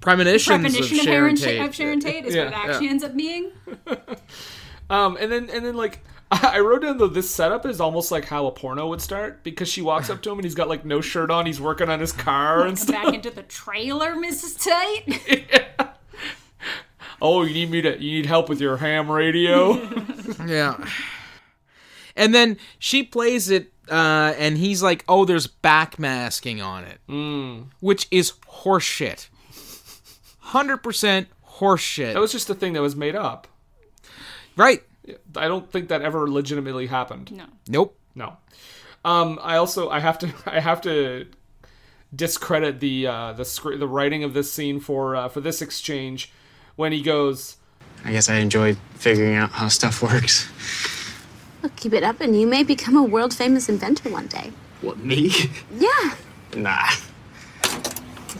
B: premonitions,
D: premonition
B: of
D: of,
B: Sharon
D: Sharon
B: Tate.
D: of Sharon Tate is
A: Yeah,
D: what it actually ends up being.
A: Um, and then and then like I I wrote down though this setup is almost like how a porno would start because she walks up to him and he's got like no shirt on, he's working on his car and stuff.
D: Back into the trailer, Mrs. Tate.
A: Oh, you need me to you need help with your ham radio?
B: Yeah. And then she plays it, uh, and he's like, "Oh, there's backmasking on it," mm.
A: Hmm.
B: which is horseshit. Hundred percent horseshit.
A: that was just a thing that was made up.
B: right?
A: I don't think that ever legitimately happened.
D: no,
B: Nope.
A: No. Um, I also I have to I have to discredit the uh, the scr- the writing of this scene for uh, for this exchange when he goes
H: I guess I enjoy figuring out how stuff works.
F: Look, keep it up and you may become a world famous inventor one day.
H: What, me?
F: Yeah.
H: nah.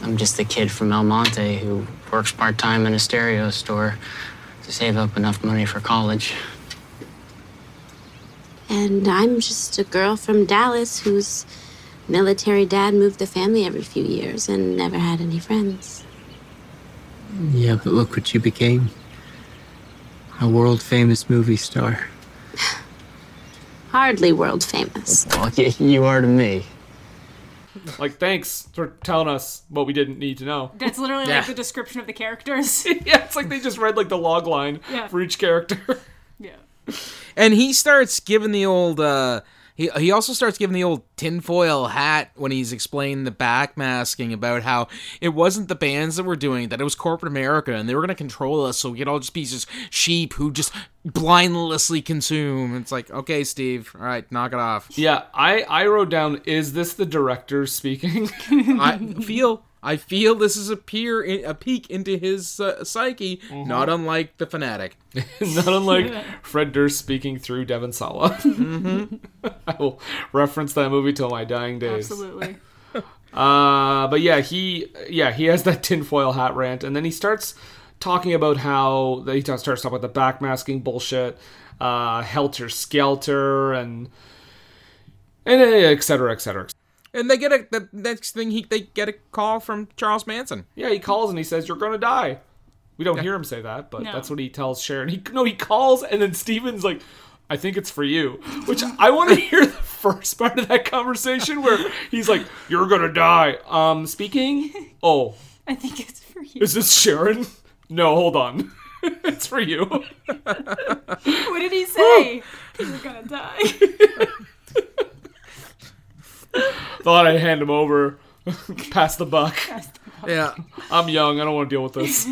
H: I'm just the kid from El Monte who works part time in a stereo store to save up enough money for college.
F: And I'm just a girl from Dallas whose military dad moved the family every few years and never had any friends.
H: Yeah, but look what you became a world famous movie star.
F: Hardly world famous.
H: Well, yeah, you are to me.
A: like Thanks for telling us what we didn't need to know.
D: that's literally
B: Yeah.
D: like the description of the characters.
A: yeah, it's like they just read like the log line
D: Yeah.
A: for each character.
D: yeah.
B: And he starts giving the old. Uh, he he also starts giving the old tinfoil hat when he's explaining the backmasking about how it wasn't the bands that were doing it, that it was corporate America and they were going to control us, so we could all just be just sheep who just blindlessly consume. It's like, okay, Steve, all right, knock it off.
A: Yeah, I I wrote down is this the director speaking?
B: I feel. I feel this is a peer, a peek into his uh, psyche, not unlike the fanatic.
A: Not unlike Fred Durst speaking through Devon Sawa.
D: Mm-hmm.
A: I will reference that movie till my dying days.
D: Absolutely.
A: Uh, but yeah, he yeah he has that tinfoil hat rant, and then he starts talking about how he ta- starts talking about the backmasking bullshit, uh, helter skelter, and and uh, et cetera, et cetera.
B: And they get a the next thing he they get a call from Charles Manson.
A: Yeah, he calls and he says, "You're gonna die." We don't hear him say that, but
D: No.
A: that's what he tells Sharon. He no, he calls and then Steven's like, "I think it's for you," which I want to hear the first part of that conversation where he's like, "You're gonna die." Um, speaking. Oh,
D: I think it's for you.
A: is this Sharon? No, hold on. it's for you.
D: What did he say? You're gonna die.
A: Thought I'd hand him over. Pass the buck.
B: Yeah.
A: I'm young. I don't want to deal with this.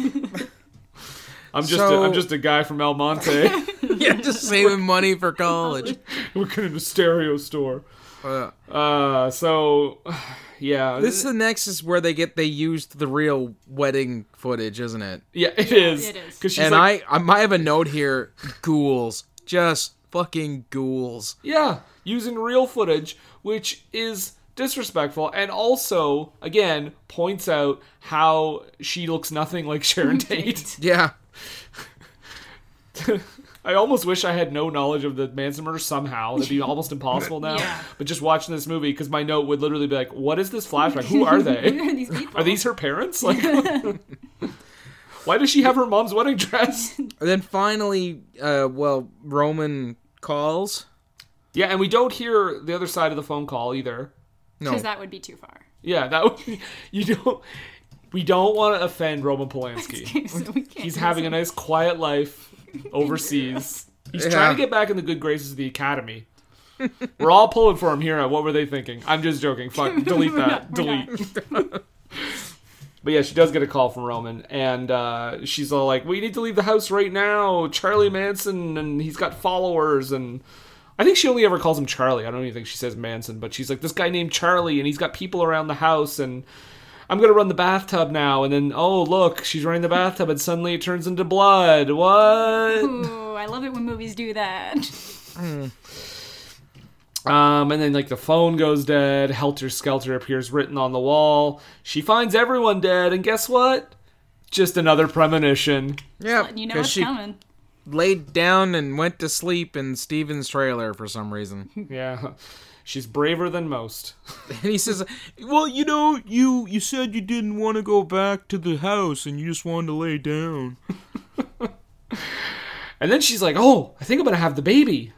A: I'm just a,
B: So-
A: I'm just a guy from El Monte.
B: Yeah, just saving money for college.
A: Working in a stereo store.
B: Uh,
A: Uh, so yeah,
B: this is the next is where they get they used the real wedding footage, isn't it?
A: yeah, it is.
D: it is.
A: 'Cause she's
B: and
A: like,
B: I I might have a note here. Ghouls, just fucking ghouls.
A: yeah, using real footage, which is disrespectful, and also again points out how she looks nothing like Sharon Tate.
B: Yeah.
A: I almost wish I had no knowledge of the Manson murder somehow. That'd be almost impossible now.
D: Yeah.
A: But just watching this movie, because my note would literally be like, "What is this flashback? Who are they?
D: Who are these people?
A: Are these her parents? Like, why does she have her mom's wedding dress?"
B: And then finally, uh, well, Roman calls.
A: Yeah, and we don't hear the other side of the phone call either.
B: No.
D: Because that would be too far.
A: Yeah, that would, you don't. We don't want to offend Roman Polanski.
D: So we can't
A: He's having a nice quiet life overseas. He's trying to get back in the good graces of the academy. We're all pulling for him here. at What were they thinking? I'm just joking. Fuck, delete
D: We're
A: that.
D: not- we're not.
A: delete. But yeah, she does get a call from Roman, and uh, she's all like, "We need to leave the house right now. Charlie Manson, and he's got followers." And I think she only ever calls him Charlie. I don't even think she says Manson, but she's like, "This guy named Charlie, and he's got people around the house, and I'm gonna run the bathtub now." And then, oh look, she's running the bathtub, and suddenly it turns into blood. What?
D: Ooh, I love it when movies do that.
A: Um, and then like the phone goes dead. Helter Skelter appears written on the wall. She finds everyone dead, and guess what? Just another premonition.
B: Yeah,
D: You know
B: because
D: what's
B: she
D: coming.
B: laid down and went to sleep in Steven's trailer for some reason. and
A: Yeah. She's braver than most.
B: he says, "Well, you know, you you said you didn't want to go back to the house and you just wanted to lay down."
A: And then she's like, "Oh, I think I'm going to have the baby."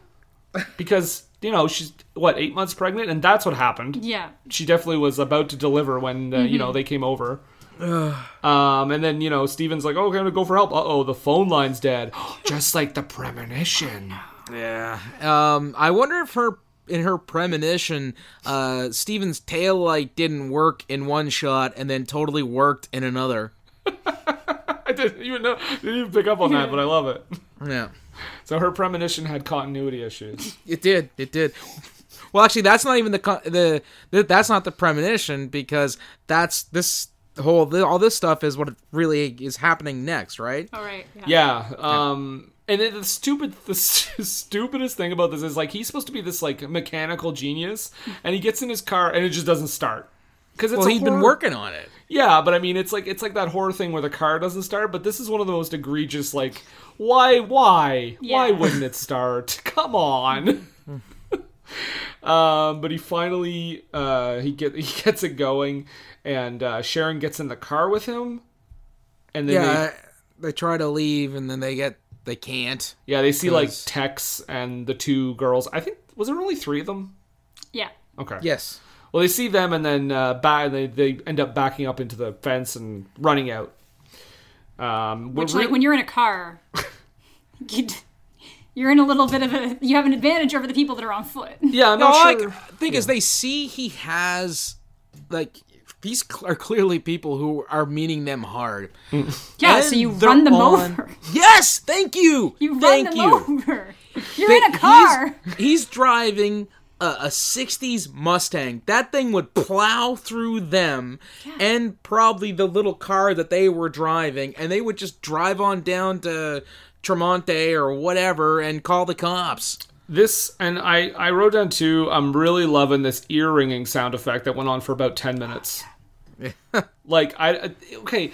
A: Because, you know, she's what, 8 months pregnant and that's what happened.
D: Yeah.
A: She definitely was about to deliver when, uh, you know, they came over. um, and then, you know, Steven's like, "Oh, I'm going to go for help." Uh-oh, the phone line's dead. Just like the premonition.
B: Yeah. Um, I wonder if her in her premonition, uh, Steven's tail light didn't work in one shot and then totally worked in another.
A: I didn't even know didn't even pick up on that, but I love it.
B: Yeah.
A: So her premonition had continuity issues.
B: It did. It did. Well, actually, that's not even the con- the, the that's not the premonition because that's this whole the, all this stuff is what really is happening next, right?
D: All right. Yeah.
A: Yeah. Um and it, the stupid the st- stupidest thing about this is like he's supposed to be this like mechanical genius and he gets in his car and it just doesn't start. Cuz it's
B: Well,
A: a
B: he'd been
A: horror-
B: working on it.
A: Yeah, but I mean it's like it's like that horror thing where the car doesn't start, but this is one of the most egregious like why why why
D: Yeah.
A: wouldn't it start? Come on. Um, but he finally uh, he get he gets it going, and uh, Sharon gets in the car with him, and then they,
B: Yeah, they try to leave and then they get they can't.
A: Yeah, they see like
B: 'Cause-
A: Tex and the two girls. I think was there only three of them?
D: Yeah.
A: Okay.
B: Yes.
A: Well, they see them and then uh, ba- they they end up backing up into the fence and running out. Um,
D: Which, like, when you're in a car, you d- you're in a little bit of a. You have an advantage over the people that are on foot.
A: yeah, I'm
B: No,
A: not
B: like
A: sure.
B: the thing is, they see he has like these cl- are clearly people who are meaning them hard.
D: Yeah.
B: And
D: so you
B: they're
D: run them
B: on-
D: over.
B: Yes, thank you.
D: You run
B: thank
D: them
B: you.
D: over. You're in
B: That
D: a car.
B: He's, he's driving a, a 60s Mustang. That thing would plow through them and probably the little car that they were driving, and they would just drive on down to Tremonte or whatever and call the cops.
A: This and I I wrote down too. I'm really loving this ear ringing sound effect that went on for about ten minutes. like I I- okay.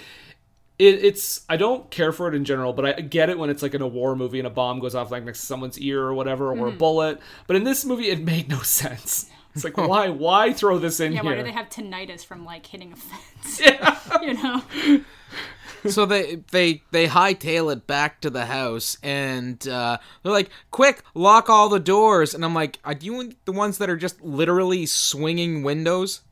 A: It, it's I don't care for it in general, but I get it when it's like in a war movie and a bomb goes off like next to someone's ear or whatever,
D: Mm.
A: or a bullet. But in this movie, it made no sense. It's like why why throw this in
D: Yeah.
A: here?
D: Why do they have tinnitus from like hitting a fence? you know.
B: so they they they hightail it back to the house and uh, they're like quick lock all the doors and i'm like are you the ones that are just literally swinging windows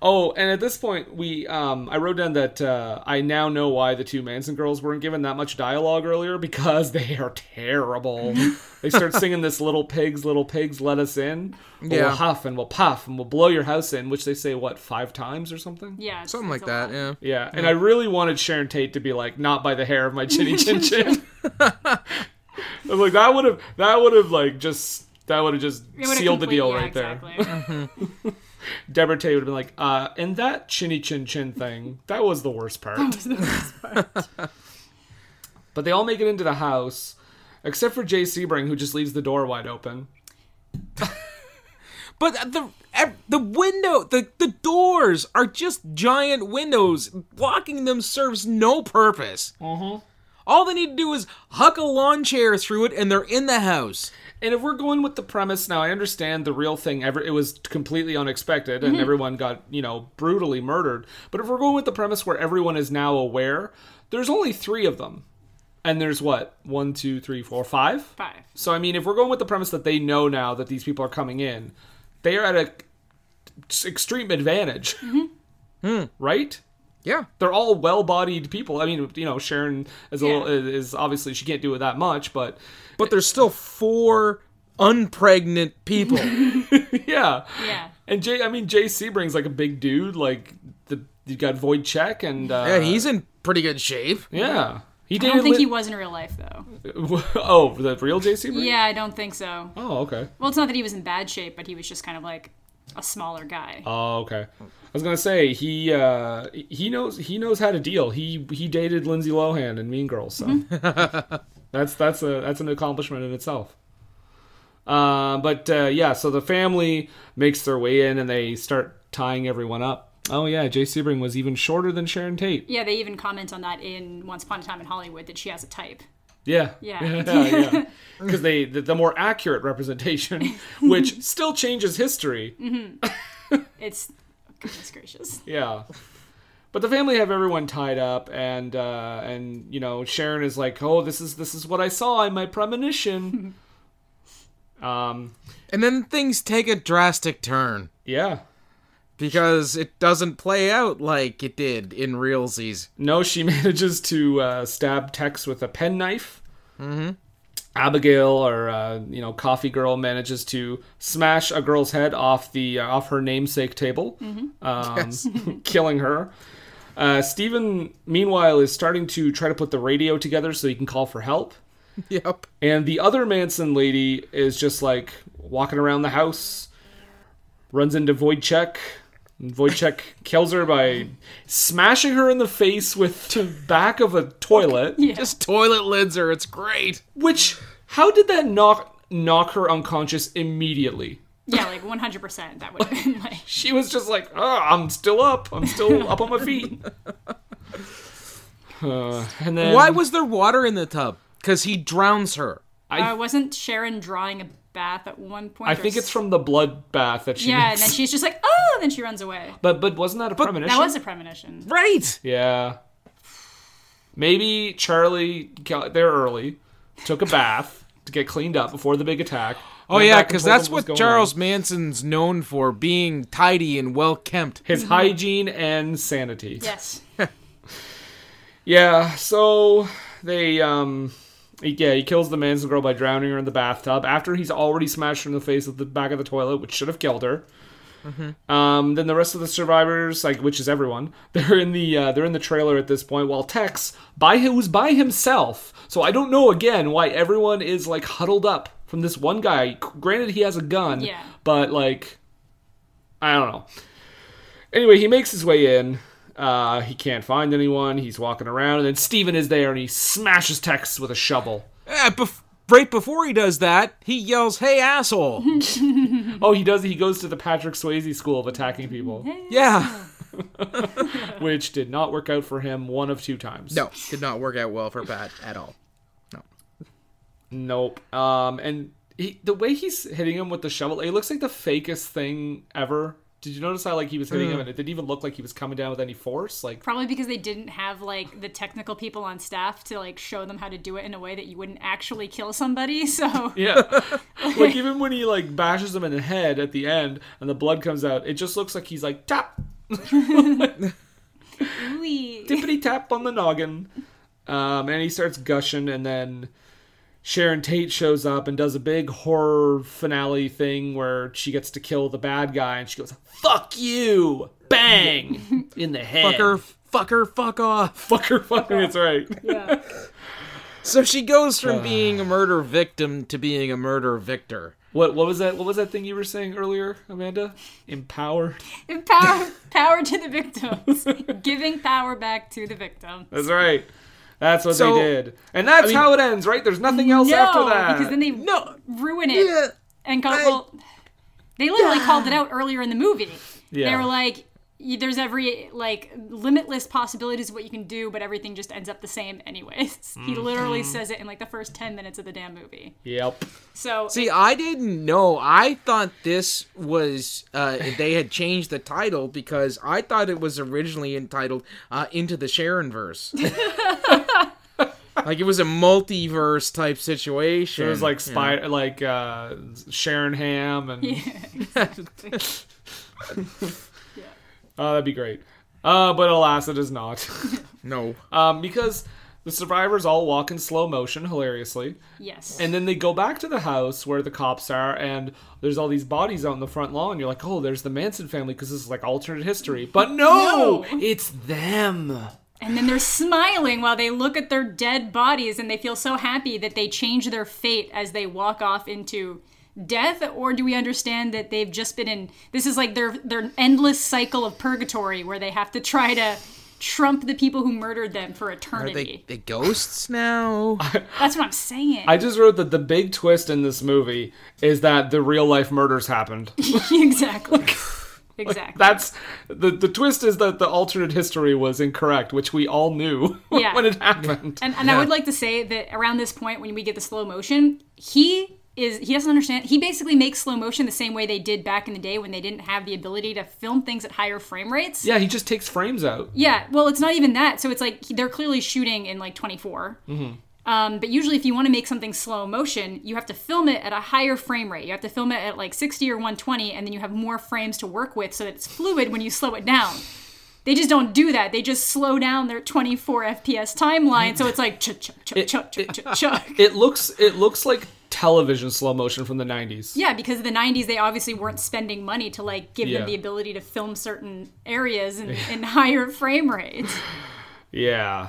A: Oh, and at this point, we um, I wrote down that uh, I now know why the two Manson girls weren't given that much dialogue earlier because they are terrible. they start singing this "Little pigs, little pigs, let us in." Well,
B: Yeah.
A: We'll huff and we'll puff and we'll blow your house in, which they say what five times or something.
D: Yeah. it's-
B: something
D: it's
B: like
D: a
B: that
D: lot.
B: yeah
A: Yeah, and I really wanted Sharon Tate to be like, "Not by the hair of my chinny chin chin." I was like, that would have, that would have like just, that would have just
D: It would've
A: sealed the
D: complete-
A: deal
D: yeah,
A: right there.
D: exactly.
A: Deborah Tate would have been like, uh, and that chinny chin chin thing, that was the worst part. but they all make it into the house, except for Jay Sebring, who just leaves the door wide open.
B: But the ev- the window, the the doors are just giant windows. Blocking them serves no purpose.
D: Mm-hmm.
B: All they need to do is huck a lawn chair through it, and they're in the house.
A: And if we're going with the premise now, I understand the real thing ever it was completely unexpected and everyone got, you know, brutally murdered. But if we're going with the premise where everyone is now aware, there's only three of them. And there's what? One, two, three, four, five?
D: Five.
A: So I mean if we're going with the premise that they know now that these people are coming in, they are at a extreme advantage. Right?
B: Yeah.
A: they're all well-bodied people. I mean, you know, Sharon is a little is is- obviously she can't do it that much, but
B: But there's still four unpregnant people.
A: yeah.
D: Yeah.
A: And J, I mean, JC brings like a big dude, like the you got Void Check and uh,
B: yeah, he's in pretty good shape.
A: yeah. He
D: I
A: did.
D: don't think he was in real life though.
A: oh, the real JC. Briggs?
D: Yeah, I don't think so.
A: Oh, okay.
D: Well, it's not that he was in bad shape, but he was just kind of like a smaller guy.
A: Oh, okay. I was gonna say he uh, he knows he knows how to deal. He he dated Lindsay Lohan and Mean Girls, so that's that's a that's an accomplishment in itself. Uh, but uh, yeah, so the family makes their way in and they start tying everyone up. Oh yeah, Jay Sebring was even shorter than Sharon Tate.
D: Yeah, they even comment on that in Once Upon a Time in Hollywood that she has a type.
A: Yeah,
D: Yeah.
A: yeah. Because they the, the more accurate representation, which still changes history,
D: It's goodness gracious.
A: Yeah. But the family have everyone tied up, and uh, and you know Sharon is like, "Oh, this is this is what I saw in my premonition." um,
B: And then things take a drastic turn
A: yeah.
B: because it doesn't play out like it did in realsies.
A: No, she manages to uh, stab Tex with a penknife. Mm-hmm. Abigail, or uh, you know, Coffee Girl, manages to smash a girl's head off the uh, off her namesake table, um, killing her. Uh, Stephen, meanwhile, is starting to try to put the radio together so he can call for help.
B: Yep.
A: And the other Manson lady is just like walking around the house, runs into Voidcheck. and Voidcheck kills her by smashing her in the face with the back of a toilet.
B: Just toilet lids are it's great.
A: Which, how did that knock knock her unconscious immediately?
D: Yeah, like 100%. That would have been like.
A: She was just like, oh, I'm still up. I'm still up on my feet. Uh, and then
B: Why was there water in the tub? Cuz he drowns her.
D: Uh, wasn't Sharon drawing a bath at one point?
A: I
D: or
A: think
D: s-
A: it's from the blood bath that she.
D: Yeah, and
A: makes.
D: then she's just like, oh, and then she runs away.
A: but but wasn't that a premonition?
D: That was a premonition.
B: Right.
A: Yeah. Maybe Charlie got there early, took a bath to get cleaned up before the big attack.
B: Oh yeah, cuz that's what Charles
A: On.
B: Manson's known for, being tidy and well kept.
A: His hygiene and sanity.
D: Yes.
A: Yeah, so they um yeah, he kills the Manson girl by drowning her in the bathtub after he's already smashed her in the face with the back of the toilet, which should have killed her. Um, then the rest of the survivors, like which is everyone, they're in the uh, they're in the trailer at this point. While Tex by who's by himself, so I don't know again why everyone is like huddled up from this one guy. Granted, he has a gun,
D: Yeah.
A: but like I don't know. Anyway, he makes his way in. Uh, he can't find anyone. He's walking around, and then Steven is there, and he smashes Tex with a shovel.
B: Eh, bef- right before he does that, he yells, "Hey asshole."
A: Oh, he does. He goes to the Patrick Swayze school of attacking people,
B: yeah.
A: which did not work out for him one of two times.
B: No, did not work out well for Pat at all.
A: Nope. Um, and he, the way he's hitting him with the shovel, it looks like the fakest thing ever. Did you notice how like he was hitting him, and it didn't even look like he was coming down with any force? Like,
D: Probably because they didn't have like the technical people on staff to like show them how to do it in a way that you wouldn't actually kill somebody. So
A: yeah, like even when he like bashes him in the head at the end, and the blood comes out, it just looks like he's like tap,
D: we
A: tippity tap on the noggin. Um, and he starts gushing, and then Sharon Tate shows up and does a big horror finale thing where she gets to kill the bad guy, and she goes, "Fuck you!" Bang in the head.
B: Fucker, fucker, fuck off.
A: fucker, fucker. That's right.
B: So she goes from
A: Uh.
B: being a murder victim to being a murder victor.
A: What what was that? What was that thing you were saying earlier, Amanda? Empowered.
D: power power to the victims, giving power back to the victim.
A: That's right. That's what
B: So-
A: they did, and that's how it ends, right? There's nothing else
D: No,
A: after that.
D: because then they
B: No.
D: ruin it and go. well, They literally called it out earlier in the movie. They
A: Yeah.
D: were like, y- "There's every like limitless possibilities of what you can do, but everything just ends up the same anyways." He literally says it in like the first ten minutes of the damn movie.
A: Yep.
D: So
B: See, I didn't know. I thought this was uh, they had changed the title because I thought it was originally entitled uh, "Into the Sharonverse." like it was a multiverse type situation.
A: It was like spy, like uh, Sharon Ham, and oh, that'd be great. Uh, but alas, it is not,
B: no.
A: um, because the survivors all walk in slow motion, hilariously,
D: yes,
A: and then they go back to the house where the cops are, and there's all these bodies out on the front lawn. You're like, oh, there's the Manson family, because this is like alternate history, but no, it's them.
D: and then they're smiling while they look at their dead bodies, and they feel so happy that they change their fate as they walk off into death or do we understand that they've just been in this is like their their endless cycle of purgatory where they have to try to trump the people who murdered them for
B: Are
D: eternity
B: they, they ghosts now?
D: That's what I'm saying.
A: I just wrote that the big twist in this movie is that the real life murders happened.
D: exactly. Exactly.
A: That's the the twist is that the alternate history was incorrect, which we all knew
D: Yeah.
A: when it happened.
D: and and I would like to say that around this point, when we get the slow motion, he is he doesn't understand. He basically makes slow motion the same way they did back in the day when they didn't have the ability to film things at higher frame rates.
A: Yeah, he just takes frames out.
D: Yeah, well, it's not even that. So it's like they're clearly shooting in like 24. Mm-hmm. Um, but usually, if you want to make something slow motion, you have to film it at a higher frame rate. You have to film it at like 60 or 120, and then you have more frames to work with so that it's fluid when you slow it down. They just don't do that. They just slow down their 24 FPS timeline. So it's like chuck, chuck, chuck, chuck, chuck, chuck, chuck.
A: It looks it looks like television slow motion from the 90s.
D: Yeah, because in the '90s they obviously weren't spending money to like give
A: Yeah.
D: them the ability to film certain areas in, in higher frame rates.
A: Yeah.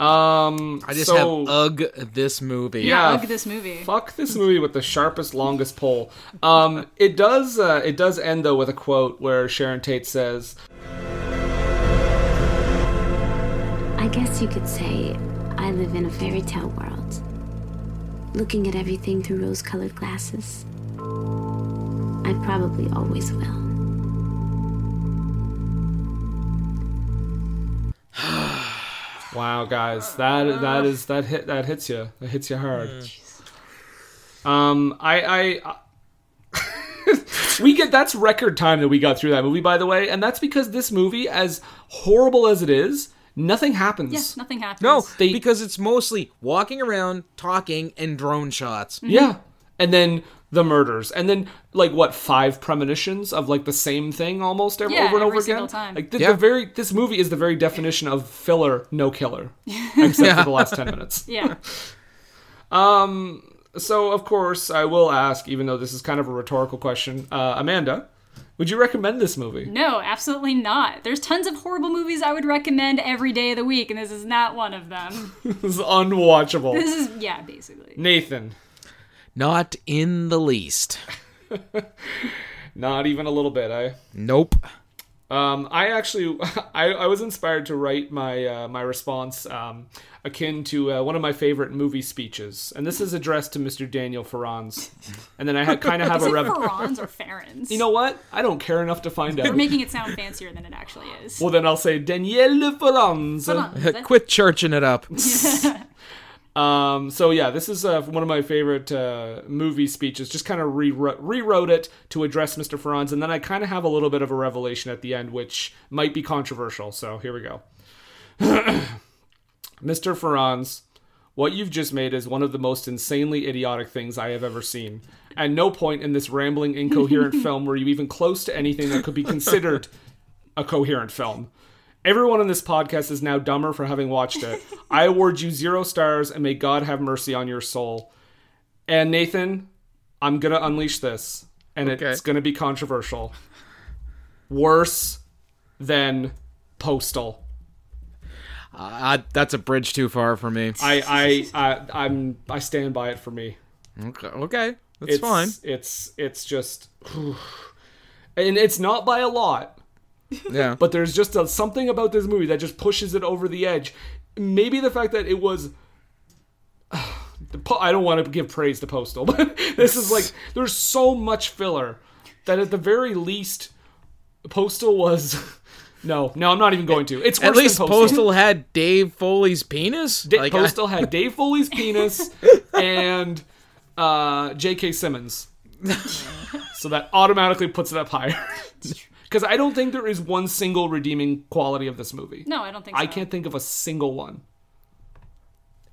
A: Um
B: I just
A: so,
B: have ugh this movie.
A: yeah,
D: Look at this movie.
A: fuck this movie with the sharpest, longest pole. Um, it does. Uh, it does end though with a quote where Sharon Tate says,
F: I guess you could say I live in a fairy tale world, looking at everything through rose colored glasses. I probably always will.
A: "Wow, guys, that that is that hit that hits you. That hits you hard." Um, I, I, I we get that's record time that we got through that movie, by the way, and that's because this movie, as horrible as it is, nothing happens.
D: Yeah, nothing happens.
B: No,
A: They-
B: because it's mostly walking around, talking, and drone shots.
A: Yeah. And then the murders. And then like what five premonitions of like the same thing almost ev-
D: Yeah,
A: over and over
D: every single
A: again.
D: time.
A: Like the,
B: Yeah.
A: the very this movie is the very definition of filler, no killer, except for the last 10 minutes.
D: Yeah.
A: So of course, I will ask even though this is kind of a rhetorical question, uh, Amanda, would you recommend this movie?
D: No, absolutely not. There's tons of horrible movies I would recommend every day of the week, and this is not one of them.
A: This is unwatchable.
D: This is, yeah, basically.
A: Nathan,
B: Not in the least.
A: not even a little bit. I
B: Nope.
A: Um, I actually, I, I was inspired to write my uh, my response um, akin to uh, one of my favorite movie speeches, and this is addressed to Mr. Daniel Ferrans. And then I ha- kind of have
D: Is
A: a
D: it
A: rev.
D: Ferrans or Farrans?
A: You know what? I don't care enough to find out.
D: We're making it sound fancier than it actually is.
A: Well, then I'll say Daniel Ferrans.
D: Ferrans, eh?
B: Quit churching it up.
A: Um, so yeah, this is uh, one of my favorite uh, movie speeches. Just kind of rewrote, rewrote it to address Mr. Ferrans, and then I kind of have a little bit of a revelation at the end, which might be controversial. So here we go. Mr. Ferrans, what you've just made is one of the most insanely idiotic things I have ever seen. At no point in this rambling, incoherent film were you even close to anything that could be considered a coherent film. Everyone on this podcast is now dumber for having watched it. I award you zero stars and may God have mercy on your soul. And Nathan, I'm going to unleash this, and it's going to be controversial. Worse than Postal.
B: I, that's a bridge too far for me.
A: I, I, I, I'm, I stand by it for me.
B: okay, okay, that's fine.
A: It's, it's just, and it's not by a lot,
B: Yeah,
A: but there's just a, something about this movie that just pushes it over the edge. Maybe the fact that it was the po- I don't want to give praise to Postal, but this is like there's so much filler that at the very least, Postal was. No, no, I'm not even going to. It's worse
B: At least
A: than
B: Postal. had Dave Foley's penis.
A: Da-
B: Like, I-
A: Postal had Dave Foley's penis and uh, J.K. Simmons. so that automatically puts it up higher. Because I don't think there is one single redeeming quality of this movie.
D: No, I don't think so.
A: I can't think of a single one.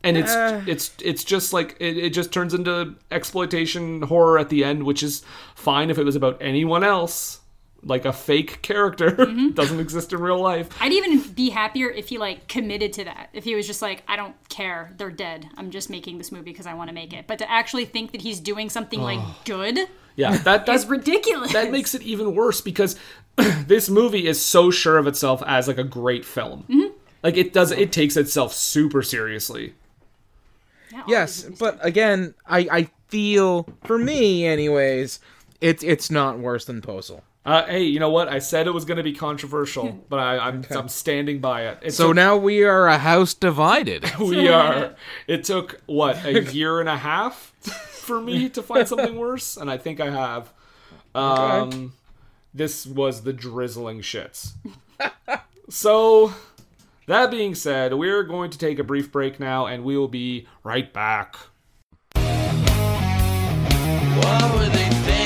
A: And it's
B: Uh.
A: it's it's just like it, it just turns into exploitation horror at the end, which is fine if it was about anyone else, like a fake character
D: Mm-hmm.
A: doesn't exist in real life.
D: I'd even be happier if he like committed to that. If he was just like, I don't care, they're dead. I'm just making this movie because I want to make it. But to actually think that he's doing something like good
A: Yeah, that that's
D: is ridiculous.
A: that makes it even worse because this movie is so sure of itself as like a great film. Like it does, it takes itself super seriously.
B: yes, but again, I I feel for me, anyways, it's it's not worse than Postal.
A: Uh, hey, you know what? I said it was going to be controversial, but I, I'm I'm standing by it. It
B: So
A: took-
B: now we are a house divided.
A: we are. It took what a year and a half for me to find something worse, and I think I have. Um, This was the drizzling shits. so, that being said, we're going to take a brief break now, and we will be right back.
C: What were they thinking?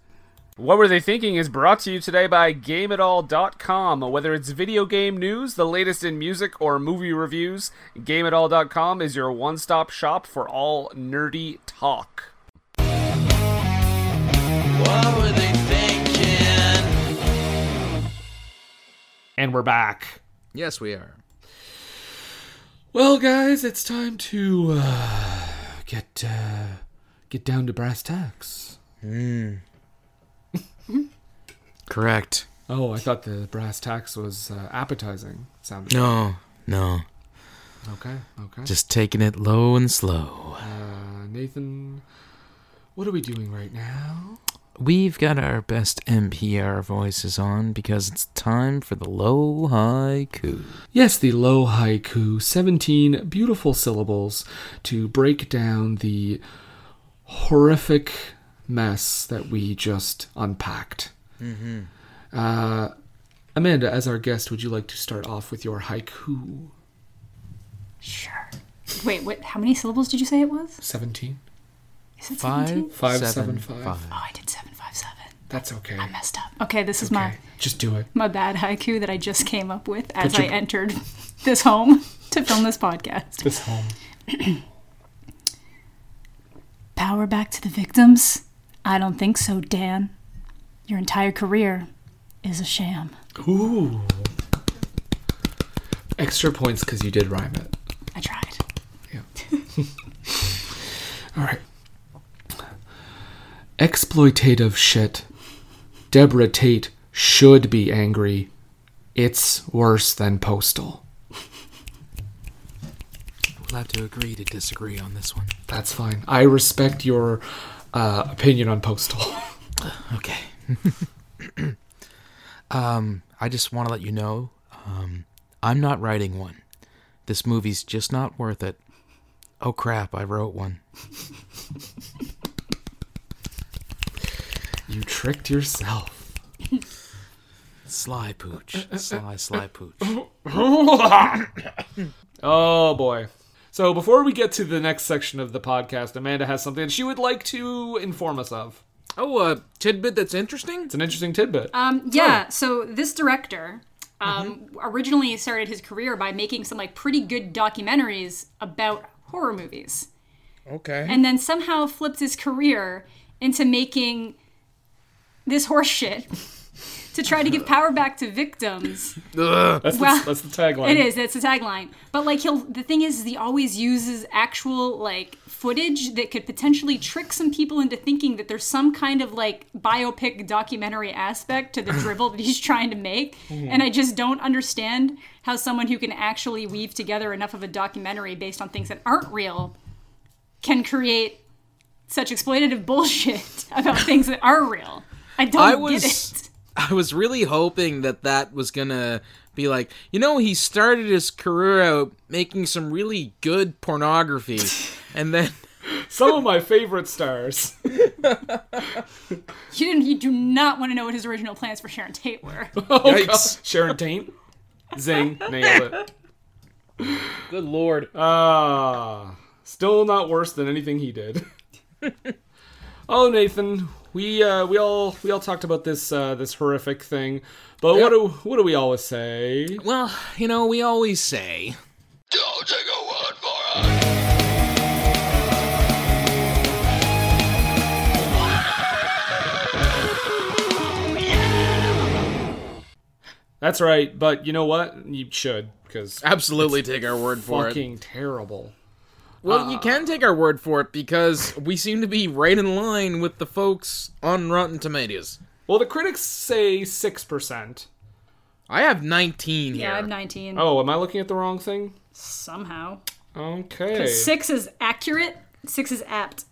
A: What Were They Thinking is brought to you today by GameItAll.com. Whether it's video game news, the latest in music, or movie reviews, GameItAll.com is your one stop shop for all nerdy talk.
C: What were they thinking?
A: And we're back.
B: Yes, we are.
A: Well, guys, it's time to uh, get uh, get down to brass tacks.
B: Correct.
A: Oh, I thought the brass tacks was uh, appetizing. Sounded
B: No, no.
A: okay. Okay.
B: Just taking it low and slow.
A: Uh, Nathan, what are we doing right now?
B: We've got our best NPR voices on because it's time for the low haiku.
A: Yes, the low haiku, 17 beautiful syllables to break down the horrific mess that we just unpacked. Mm-hmm. Uh, Amanda, as our guest, would you like to start off with your haiku?
D: Sure. Wait, what? How many syllables did you say it was?
A: 17?
D: Is it seventeen?
B: Five,
A: Five, seven,
B: seven,
A: five.
D: Oh, I did seven five seven.
A: That's okay.
D: I messed up. Okay, this is my
A: Okay, Just do it.
D: my bad haiku that I just came up with as
A: your-
D: I entered this home to film this podcast.
A: This home.
D: Power back to the victims? I don't think so, Dan. Your entire career is a sham.
A: Ooh. Extra points because you did rhyme it.
D: I tried.
A: All right. Exploitative shit. Deborah Tate should be angry. It's worse than Postal.
B: We'll have to agree to disagree on this one.
A: That's fine. I respect your uh, opinion on Postal.
B: Okay. um, I just want to let you know, um, I'm not writing one. This movie's just not worth it. Oh crap, I wrote one.
A: you tricked yourself. Uh,
B: Sly pooch. Sly, sly pooch.
A: Oh boy. So before we get to the next section of the podcast, Amanda has something she would like to inform us of.
B: Oh, a tidbit that's interesting?
A: It's an interesting tidbit.
D: Um, yeah, so this director um, originally started his career by making some like pretty good documentaries about horror movies.
B: Okay.
D: and then somehow flipped his career into making this horse shit to try to give power back to victims.
A: That's,
D: Well,
A: the, that's the tagline.
D: It is. It's a tagline. But like he'll the thing is he always uses actual like footage that could potentially trick some people into thinking that there's some kind of like biopic documentary aspect to the drivel that he's trying to make.
B: Mm-hmm.
D: And I just don't understand how someone who can actually weave together enough of a documentary based on things that aren't real can create such exploitative bullshit about things that are real. I don't
B: I
D: get
B: was-
D: it.
B: I was really hoping that that was gonna be like, you know, he started his career out making some really good pornography, and then
A: Some of my favorite stars.
D: You, didn't, you do not want to know what his original plans for Sharon Tate were.
B: yikes,
A: Sharon Tate. Zing. Nailed it.
B: good lord, Uh,
A: Ah, still not worse than anything he did. oh, Nathan, we uh, we all we all talked about this uh, this horrific thing, but what do what do we always say?
B: Well, you know, we always say.
A: That's right, but you know what? You should because
B: Absolutely take our word for it. Uh,
A: fucking terrible.
B: Well, you can take our word for it because we seem to be right in line with the folks on Rotten Tomatoes.
A: Well, the critics say six percent.
B: I have 19 here.
D: Yeah, I'm 19.
A: Oh, am I looking at the wrong thing?
D: Somehow.
A: Okay.
D: Six is accurate. Six is apt.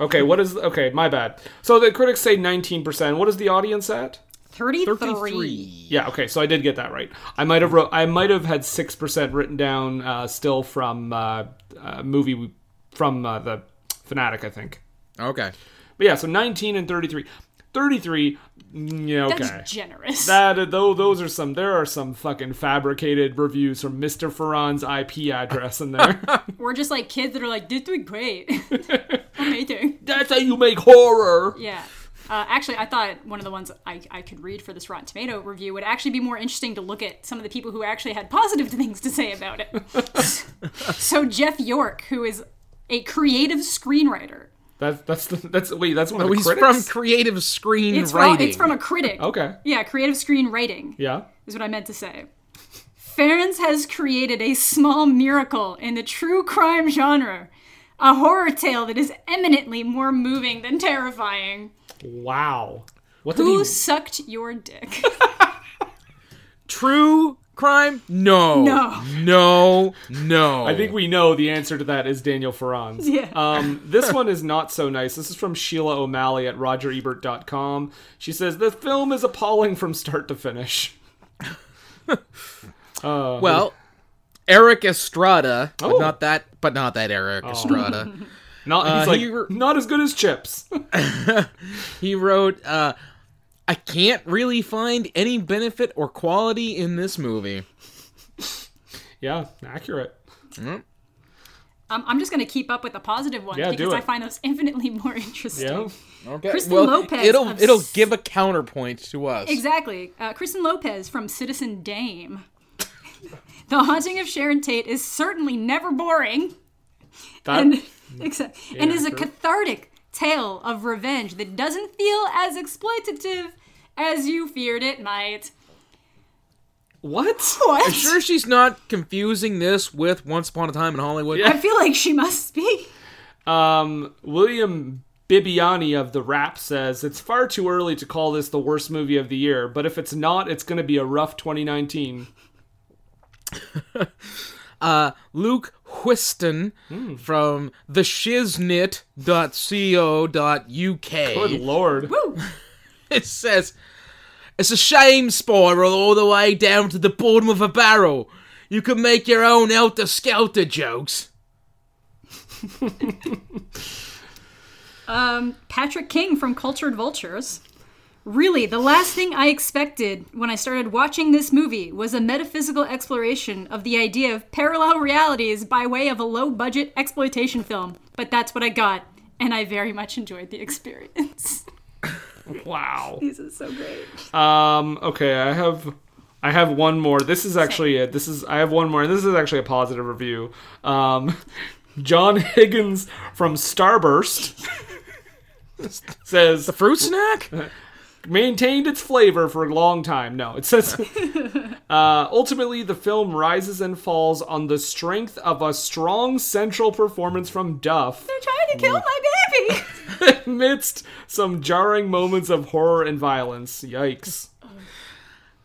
A: Okay, what is okay? My bad. So the critics say nineteen percent. What is the audience at?
D: 33.
B: 33.
A: Yeah, okay, so I did get that right. I might have wrote, I might have had six percent written down uh, still from uh, uh, movie we- from uh, the Fanatic, I think.
B: Okay.
A: But yeah, so nineteen and thirty-three. Thirty-three. mm, Yeah, okay.
D: That's generous.
A: that though those are some there are some fucking fabricated reviews from Mr. Ferran's IP address in there.
D: We're just like kids that are like, this doing great. Amazing.
A: That's how you make horror.
D: Yeah. Uh, actually, I thought one of the ones I, I could read for this Rotten Tomato review would actually be more interesting to look at some of the people who actually had positive things to say about it. so, Jeff York, who is a creative screenwriter,
A: That's that's the, that's wait, that's one of the
B: Oh, He's
A: critics.
B: from creative screenwriting.
D: it's, from, it's from a critic.
A: okay.
D: Yeah, creative screenwriting.
A: Yeah.
D: is what I meant to say. Ferens has created a small miracle in the true crime genre, a horror tale that is eminently more moving than terrifying.
A: Wow. What did
D: Who
A: he
D: sucked your dick?
B: True crime? No.
D: No.
B: No. No.
A: I think we know the answer to that is Daniel Ferrans.
D: Yeah.
A: Um, this one is not so nice. This is from Sheila O'Malley at RogerEbert.com. She says the film is appalling from start to finish.
D: Uh-huh.
B: Well, Eric Estrada, but not that, but not that Eric Estrada.
A: Oh. Not he's
B: Uh,
A: like
B: he re-
A: not as good as Chips.
B: he wrote, uh, "I can't really find any benefit or quality in this movie."
A: yeah, accurate.
D: um, I'm just going to keep up with the positive ones
A: Yeah, do
D: because
A: it.
D: I find those infinitely more interesting.
A: Yeah.
B: Okay.
D: Kristen
B: well,
D: Lopez
B: It'll
D: of
B: it'll
D: S-
B: give a counterpoint to us.
D: Exactly. Uh, Kristen Lopez from Citizen Dame. the Haunting of Sharon Tate is certainly never boring.
A: That,
D: and, except, and is a
A: true.
D: cathartic tale of revenge that doesn't feel as exploitative as you feared it might.
A: what?
D: What?
B: Sure, she's not confusing this with Once Upon a Time in Hollywood.
D: I feel like she must be.
A: Um, William Bibiani of The Rap says it's far too early to call this the worst movie of the year, but if it's not, it's going to be a rough 2019.
B: Luke Whiston
A: Hmm.
B: from theshiznit.co.uk.
A: Good lord.
B: It says, It's a shame spiral all the way down to the bottom of a barrel. You can make your own Elter Skelter jokes.
D: Um, Patrick King from Cultured Vultures. Really, the last thing I expected when I started watching this movie was a metaphysical exploration of the idea of parallel realities by way of a low budget exploitation film. But that's what I got, and I very much enjoyed the experience.
A: Wow.
D: this is so great.
A: Um. Okay. I have. I have one more. This is actually it. This is. I have one more. and This is actually a positive review. Um, John Higgins from Starburst says
B: Fruit snack?
A: maintained its flavor for a long time. No, it says. uh, ultimately, the film rises and falls on the strength of a strong central performance from Duff
D: They're trying to kill my baby.
A: amidst some jarring moments of horror and violence. Yikes.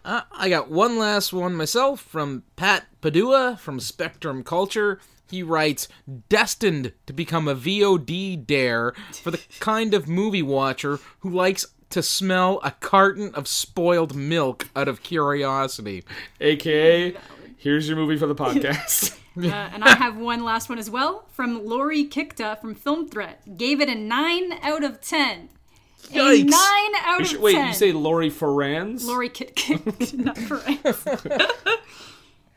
B: Uh, I got one last one myself from Pat Padua from Spectrum Culture. He writes, destined to become a VOD dare for the kind of movie watcher who likes to smell a carton of spoiled milk out of curiosity.
A: AKA, here's your movie for the podcast.
D: Uh, and I have one last one as well from Lori Kikta from Film Threat. Gave it a 9 out of 10. A 9 out
A: You
D: of
A: should- wait,
D: 10.
A: you say Lori Ferrans?
D: Lori Kit not Perez.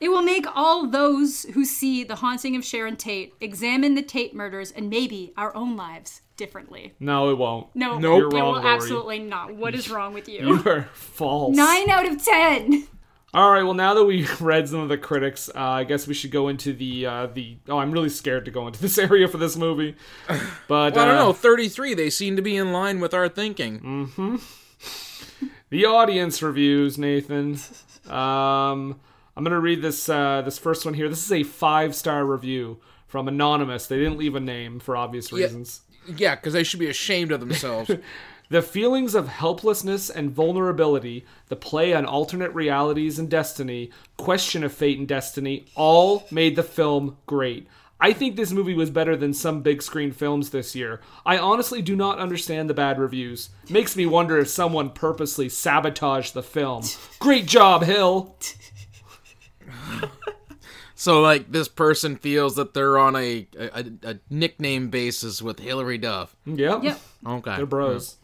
D: it will make all those who see the haunting of Sharon Tate examine the Tate murders and maybe our own lives differently.
A: No, it won't.
D: No,
A: Nope. You're
D: it
A: wrong,
D: will
A: Lori.
D: absolutely not. What is wrong with you?
A: You are false.
D: Nine out of ten.
A: All right. Well, now that we've read some of the critics, uh, I guess we should go into the uh, the. Oh, I'm really scared to go into this area for this movie. But
B: I don't
A: uh,
B: know, 33, they seem to be in line with our thinking.
A: the audience reviews, Nathan. Um, I'm gonna read this uh, this first one here. This is a five star review from anonymous. They didn't leave a name for obvious reasons.
B: Yeah, because they should be ashamed of themselves.
A: The feelings of helplessness and vulnerability, the play on alternate realities and destiny, question of fate and destiny, all made the film great. I think this movie was better than some big screen films this year. I honestly do not understand the bad reviews. Makes me wonder if someone purposely sabotaged the film. Great job, Hill!
B: so, like, this person feels that they're on a, a, a nickname basis with Hillary Duff.
A: Yep.
D: Yep.
B: Okay.
A: They're bros.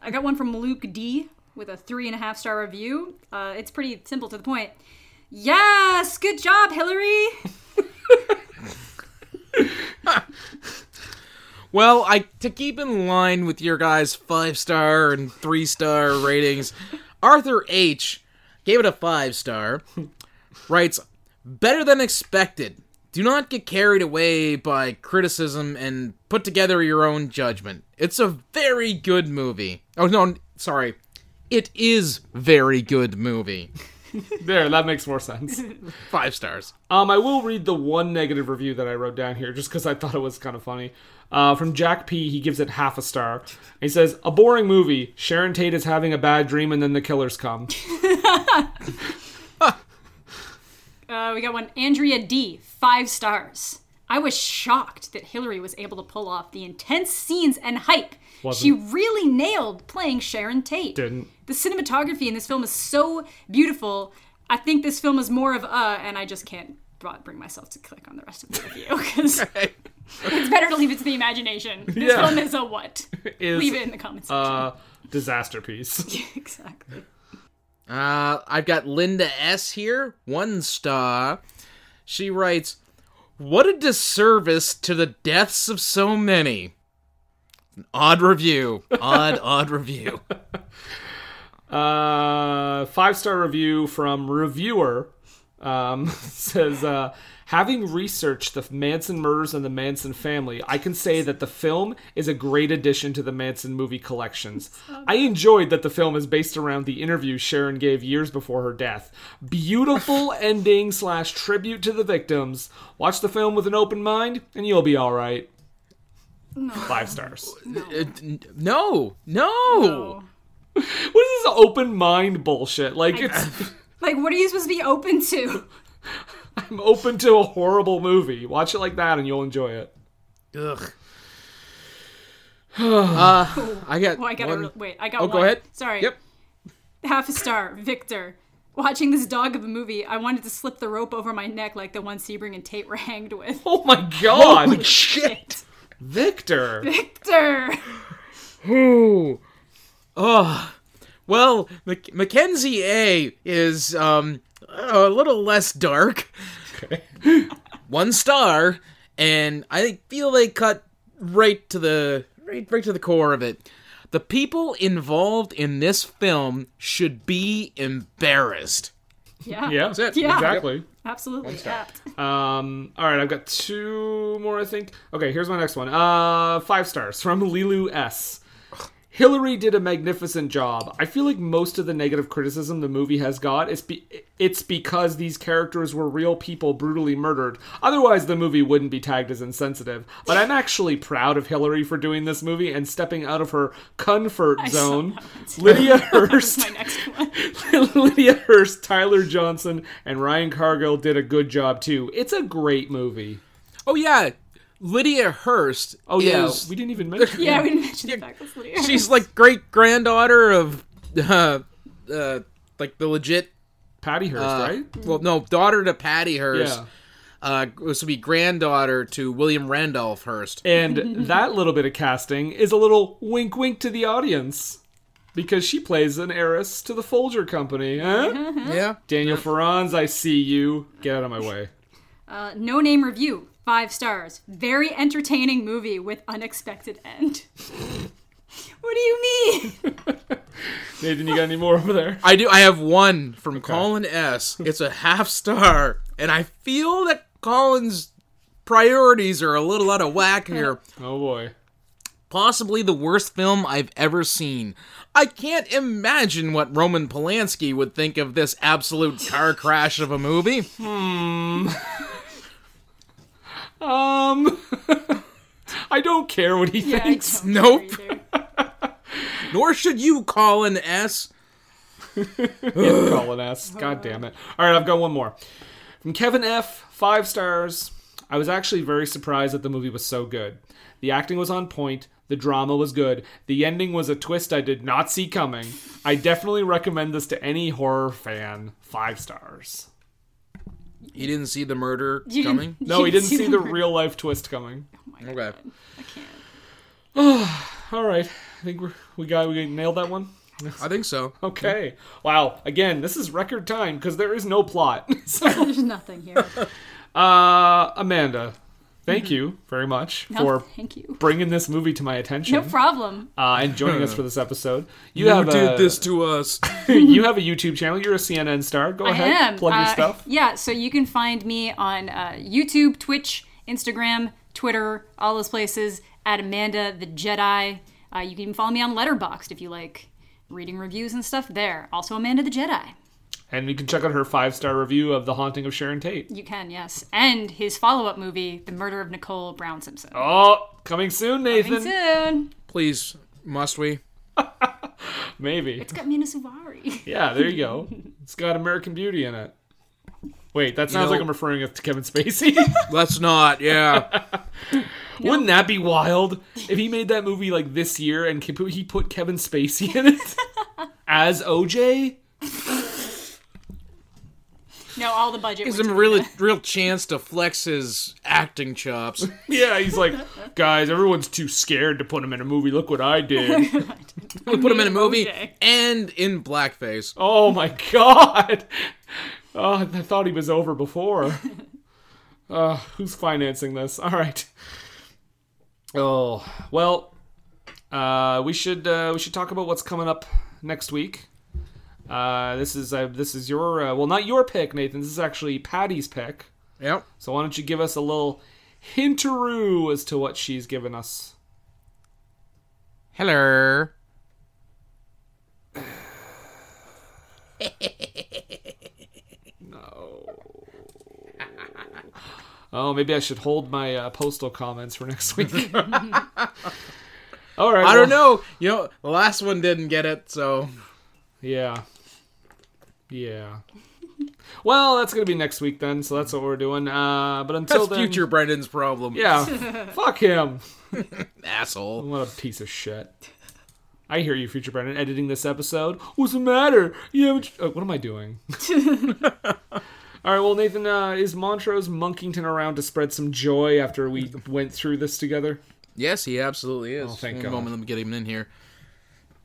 D: I got one from Luke D with a three and a half star review. Uh, it's pretty simple to the point. Yes, good job, Hillary.
B: Well, I to keep in line with your guys' five star and three star ratings, Arthur H gave it a five star. Writes better than expected. Do not get carried away by criticism and put together your own judgment. It's a very good movie. Oh no, sorry. It is very good movie.
A: There, that makes more sense.
B: Five stars.
A: Um, I will read the one negative review that I wrote down here just because I thought it was kind of funny. Uh, from Jack P, he gives it half a star. He says, "A boring movie. Sharon Tate is having a bad dream, and then the killers come."
D: Uh, we got one. Andrea D, five stars. I was shocked that Hillary was able to pull off the intense scenes and hype. She really nailed playing Sharon Tate.
A: Didn't.
D: The cinematography in this film is so beautiful. I think this film is more of uh, and I just can't br- bring myself to click on the rest of the review because it's better to leave it to the imagination. This
A: Yeah.
D: film is a what?
A: Is
D: leave it in the comments
A: uh, disaster piece.
D: section. exactly.
B: Uh, I've got Linda S here, one star. She writes, "What a disservice to the deaths of so many." An odd review. Odd, odd review.
A: Uh, five star review from reviewer um, says, uh, "Having researched the Manson murders and the Manson family, I can say that the film is a great addition to the Manson movie collections. I enjoyed that the film is based around the interview Sharon gave years before her death. Beautiful ending slash tribute to the victims. Watch the film with an open mind, and you'll be all right." Five stars.
B: Uh, n- no, no.
A: What is this open mind bullshit? Like it's.
D: Like, what are you supposed to be open to?
A: I'm open to a horrible movie. Watch it like that and you'll enjoy it.
B: Ugh. uh, I got.
D: Oh, I gotta
B: one-
D: re- wait. I got.
B: Oh,
D: one.
B: go ahead.
D: Sorry.
B: Yep.
D: half a star, Victor. Watching this dog of a movie, I wanted to slip the rope over my neck like the one Sebring and Tate were hanged with.
A: Oh my god!
D: Shit.
A: Victor!
D: Victor!
B: Ooh. Oh. Well, Mac- Mackenzie A is um a little less dark. One star, and I feel they cut right to the right, right to the core of it. The people involved in this film should be embarrassed.
D: Yeah.
A: Yeah,
B: it.
D: Yeah.
A: exactly.
D: Absolutely. apt.
A: Um, alright, I've got two more, I think. Okay, here's my next one. Uh, five stars from Lilu S. Hillary did a magnificent job. I feel like most of the negative criticism the movie has got is be- it's because these characters were real people brutally murdered. Otherwise, the movie wouldn't be tagged as insensitive. But I'm actually proud of Hillary for doing this movie and stepping out of her comfort zone. Lydia Hurst.
D: My next one.
A: Lydia Hurst, Tyler Johnson, and Ryan Cargill did a good job too. It's a great movie.
B: Oh yeah, Lydia Hurst.
A: Oh yeah,
B: is-
A: we didn't even mention.
D: Yeah, we didn't mention the fact that's Lydia.
B: she's like great granddaughter of, uh, uh, like the legit.
A: Patty Hurst,
B: uh,
A: right?
B: Well, no, daughter to Patty Hurst.
A: Yeah.
B: Uh, this would be granddaughter to William Randolph Hearst.
A: And that little bit of casting is a little wink, wink to the audience because she plays an heiress to the Folger Company.
D: Mm-hmm.
A: Huh?
D: Uh-huh.
B: Yeah.
A: Daniel Ferrans, I see you. Get out of my way.
D: Uh, no name review. Five stars. Very entertaining movie with unexpected end. what do you mean?
A: Nathan, you got any more over there?
B: I do. I have one from Colin S. It's a half star, and I feel that Colin's priorities are a little out of whack here.
A: Oh boy.
B: Possibly the worst film I've ever seen. I can't imagine what Roman Polanski would think of this absolute car crash of a movie.
A: Um, I don't care what he
D: Yeah, I
A: thinks.
D: don't
B: Nope.
D: either.
B: Nor should you, Colin S.
A: Colin S. God damn it. All right, I've got one more. From Kevin F. Five stars. I was actually very surprised that the movie was so good. The acting was on point. The drama was good. The ending was a twist I did not see coming. I definitely recommend this to any horror fan. Five stars.
B: You didn't see the murder
D: You didn't-
B: coming.
D: you
A: No, he didn't see the
D: word.
A: real life twist coming.
B: Okay.
A: All right, I think we're, we got we nailed that one.
B: I think so.
A: Okay. Wow. Again, this is record time because there is no plot. So-
D: There's nothing here.
A: Uh, Amanda, thank you very much
D: Mm-hmm. No,
A: for
D: thank you.
A: bringing this movie to my attention
D: No problem.
A: uh, and joining us for this episode. You,
B: You
A: have a,
B: did this to us.
A: you have a YouTube channel. You're a CNN star. Go
D: I
A: ahead,
D: am.
A: plug your
D: Uh,
A: Uh-huh. stuff.
D: Yeah, so you can find me on uh, YouTube, Twitch, Instagram, Twitter, all those places at Amanda the Jedi. Uh, you can follow me on Letterboxd if you like reading reviews and stuff there. Also, Amanda the Jedi.
A: And you can check out her five star review of The Haunting of Sharon Tate.
D: You can, yes. And his follow up movie, The Murder of Nicole Brown Simpson.
A: Oh, coming soon, Nathan.
D: Coming soon.
B: Please, must we?
A: Maybe.
D: It's got Mina Suvari.
A: Yeah, there you go. It's got American Beauty in it. Wait, that sounds
B: know-
A: like I'm referring it to Kevin Spacey.
B: Let's not. Yeah.
A: Wouldn't that be wild if he made that movie like this year and Kip- he put Kevin Spacey in it as OJ?
D: No, all the budget.
B: Gives
D: went
B: him a
D: to
B: really
D: Mina.
B: real chance to flex his acting chops.
A: Yeah, he's like, guys, everyone's too scared to put him in a movie. Look what I did.
B: We put him in a movie
D: OJ.
B: and in blackface.
A: Oh my god. Oh, I thought he was over before. Uh, who's financing this? All right. Oh well, uh, we should uh, we should talk about what's coming up next week. Uh, this is uh, this is your uh, well, not your pick, Nathan. This is actually Patty's pick.
B: Yep.
A: So why don't you give us a little hintaroo as to what she's given us?
B: Hello.
A: Oh, maybe I should hold my uh, postal comments for next week. All right.
B: I
A: well,
B: don't know. You know, the last one didn't get it, so
A: Yeah. Yeah. Well, that's gonna be next week then. So that's what we're doing. Uh, but until
B: that's
A: then,
B: future Brendan's problem.
A: Yeah. fuck him.
B: Asshole.
A: What a piece of shit. I hear you, future Brendan, editing this episode. What's the matter? You haven't. Oh, what am I doing? All right. Well, Nathan, uh, is Montrose Monkington around to spread some joy after we went through this together?
B: Yes, he absolutely is.
A: Oh, thank
B: One
A: God.
B: moment, let me get him in here.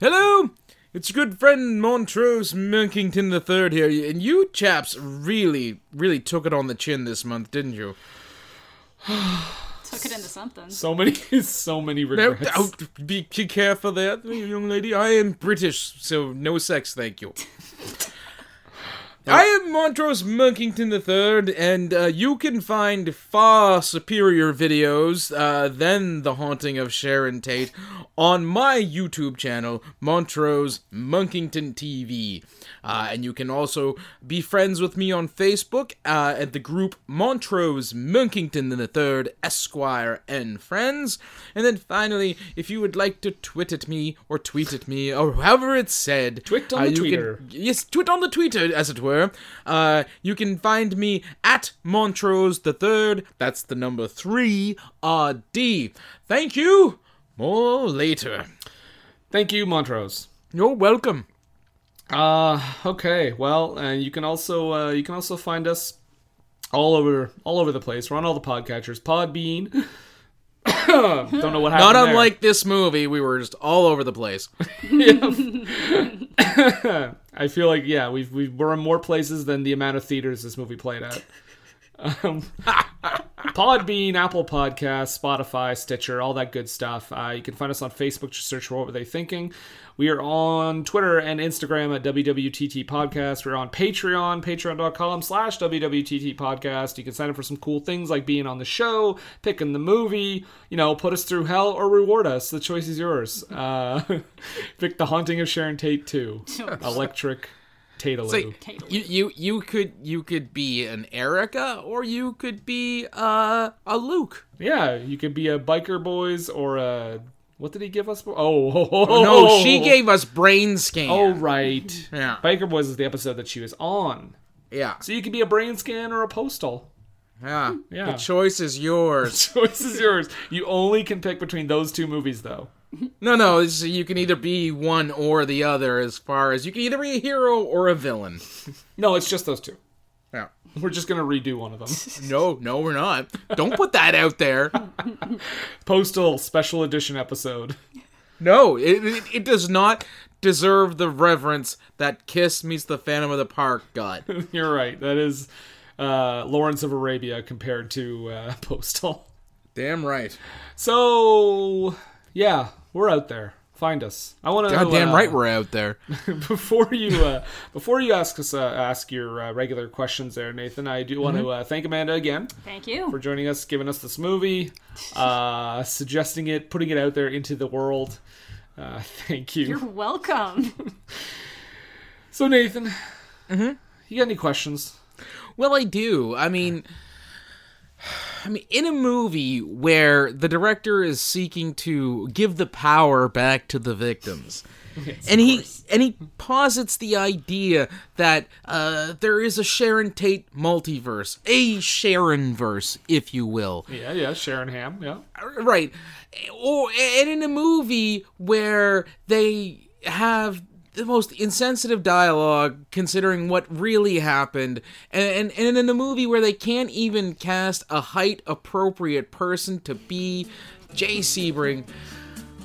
B: Hello, it's your good friend Montrose Munkington III here, and you chaps really, really took it on the chin this month, didn't you?
D: Took it into something.
A: So many, so many
B: Now,
A: regrets.
B: oh, be, be careful there, young lady. I am British, so no sex, thank you. I am Montrose Munkington III, and uh, you can find far superior videos uh, than The Haunting of Sharon Tate on my YouTube channel, Montrose Munkington TV. Uh, and you can also be friends with me on Facebook uh, at the group Montrose Munkington III, Esquire and Friends. And then finally, if you would like to twit at me or tweet at me or however it's said, uh,
A: Twit on the
B: you can-
A: tweeter.
B: yes, tweet on the Twitter, as it were. Uh, you can find me at Montrose the Third. That's the number three RD. Thank you. More later.
A: Thank you, Montrose.
B: You're welcome.
A: Uh, okay. Well, uh, you can also uh, you can also find us all over all over the place. We're on all the podcatchers. Podbean. Don't know what happened.
B: Not
A: there.
B: unlike this movie, we were just all over the place.
A: I feel like yeah, we've, we've we're in more places than the amount of theaters this movie played at. Um, Podbean, Apple Podcasts, Spotify, Stitcher, all that good stuff. Uh, you can find us on Facebook. Just search for What Were They Thinking. We are on Twitter and Instagram at WWTT Podcast. We're on Patreon, patreon.com slash WWTT Podcast. You can sign up for some cool things like being on the show, picking the movie, you know, put us through hell or reward us. The choice is yours. Uh, pick The Haunting of Sharon Tate 2. Electric Tataloo.
B: It's like, you, you you could you could be an Erica or you could be uh, a Luke.
A: Yeah, you could be a biker boys or a what did he give us? Oh, oh, oh,
B: No, she gave us brain scan.
A: Oh right,
B: Yeah.
A: Biker boys is the episode that she was on.
B: yeah,
A: So you could be a brain scan or a postal.
B: yeah.
A: Yeah.
B: The choice is yours.
A: Choice is yours. You only can pick between those two movies, though.
B: no, no, it's, you can either be one or the other. As far as you can either be a hero or a villain.
A: No, it's just those two.
B: Yeah.
A: We're just gonna redo one of them.
B: No, no, we're not. Don't put that out there.
A: Postal special edition episode.
B: No, it, it, it does not deserve the reverence that Kiss meets the Phantom of the Park got.
A: You're right. That is uh, Lawrence of Arabia compared to uh, Postal.
B: Damn right.
A: So yeah, we're out there. Find us. I want to.
B: Goddamn right, we're out there.
A: before you uh, before you ask us uh, ask your uh, regular questions there, Nathan, I do want
B: Mm-hmm.
A: to uh, thank Amanda again
D: Thank
A: for
D: you.
A: joining us, giving us this movie, uh, suggesting it, putting it out there into the world. Uh, thank you.
D: You're welcome.
A: So Nathan,
B: Mm-hmm.
A: you got any questions?
B: Well, I do. I mean, I mean, in a movie where the director is seeking to give the power back to the victims, and he and he posits the idea that uh, there is a Sharon Tate multiverse, a Sharon verse, if you will,
A: Yeah, yeah, Sharon Ham. Yeah,
B: right? Or and in a movie where they have the most insensitive dialogue considering what really happened and, and and in a movie where they can't even cast a height appropriate person to be Jay Sebring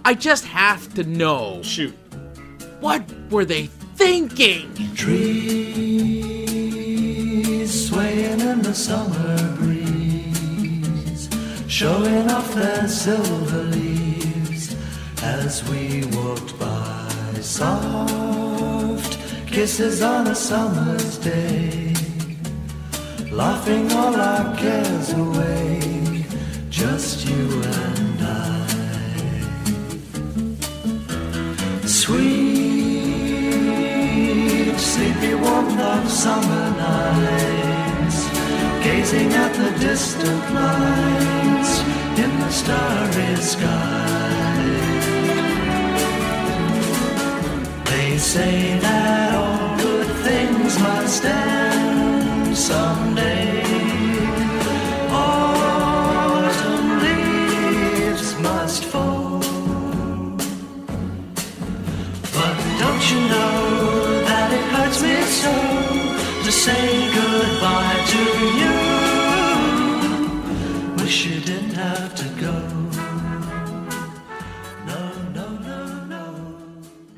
B: I just have to know
A: shoot.
B: what were they thinking
C: Trees swaying in the summer breeze, showing off their silver leaves as we walked by. Soft kisses on a summer's day, laughing all our cares away, just you and I. Sweet, sleepy warmth of summer nights, gazing at the distant lights in the starry sky. They say that all good things must end someday. Autumn leaves must fall. But don't you know that it hurts me so to say goodbye to you? Wish you didn't have to go. No, no, no, no.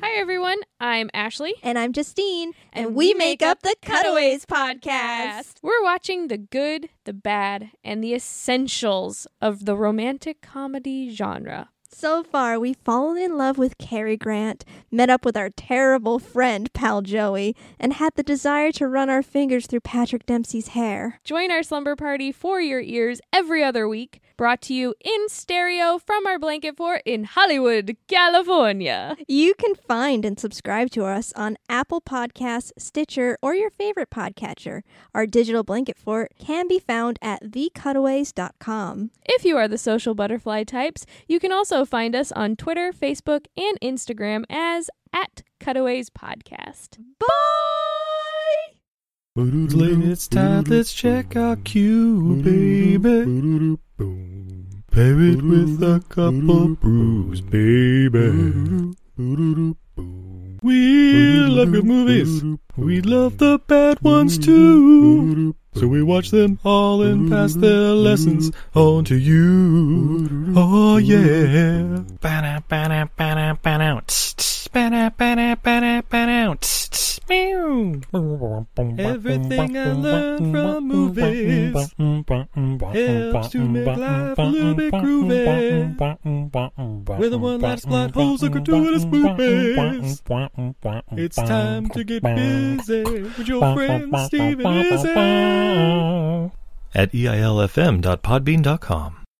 I: Hi, everyone. I'm Ashley.
J: And I'm Justine, and, we make up the Cutaways podcast.
I: We're watching the good, the bad, and the essentials of the romantic comedy genre.
K: So far, we've fallen in love with Cary Grant, met up with our terrible friend, Pal Joey, and had the desire to run our fingers through Patrick Dempsey's hair.
L: Join our slumber party for your ears every other week. Brought to you in stereo from our blanket fort in Hollywood, California.
K: You can find and subscribe to us on Apple Podcasts, Stitcher, or your favorite podcatcher. Our digital blanket fort can be found at thecutaways.com.
L: If you are the social butterfly types, you can also find us on Twitter, Facebook, and Instagram as at Cutaways Podcast.
K: Bye!
C: Late, it's time, let's check our cue, baby. Pair it with a couple brews, baby. We love good movies. We love the bad ones too. So we watch them all and pass their lessons on to you. Oh yeah.
M: Ba-da, ba-da, ba-da, ba-da. Tss, tss, ba-da, ba-da, ba-da, ba-da. Tss, tss, meow.
C: Everything I learned from movies helps to make life a little bit groovy. With a one-liner, plot holes, and gratuitous movies. It's time to get busy with your friend Steven Izzy.
M: At
C: eilfm.podbean.com.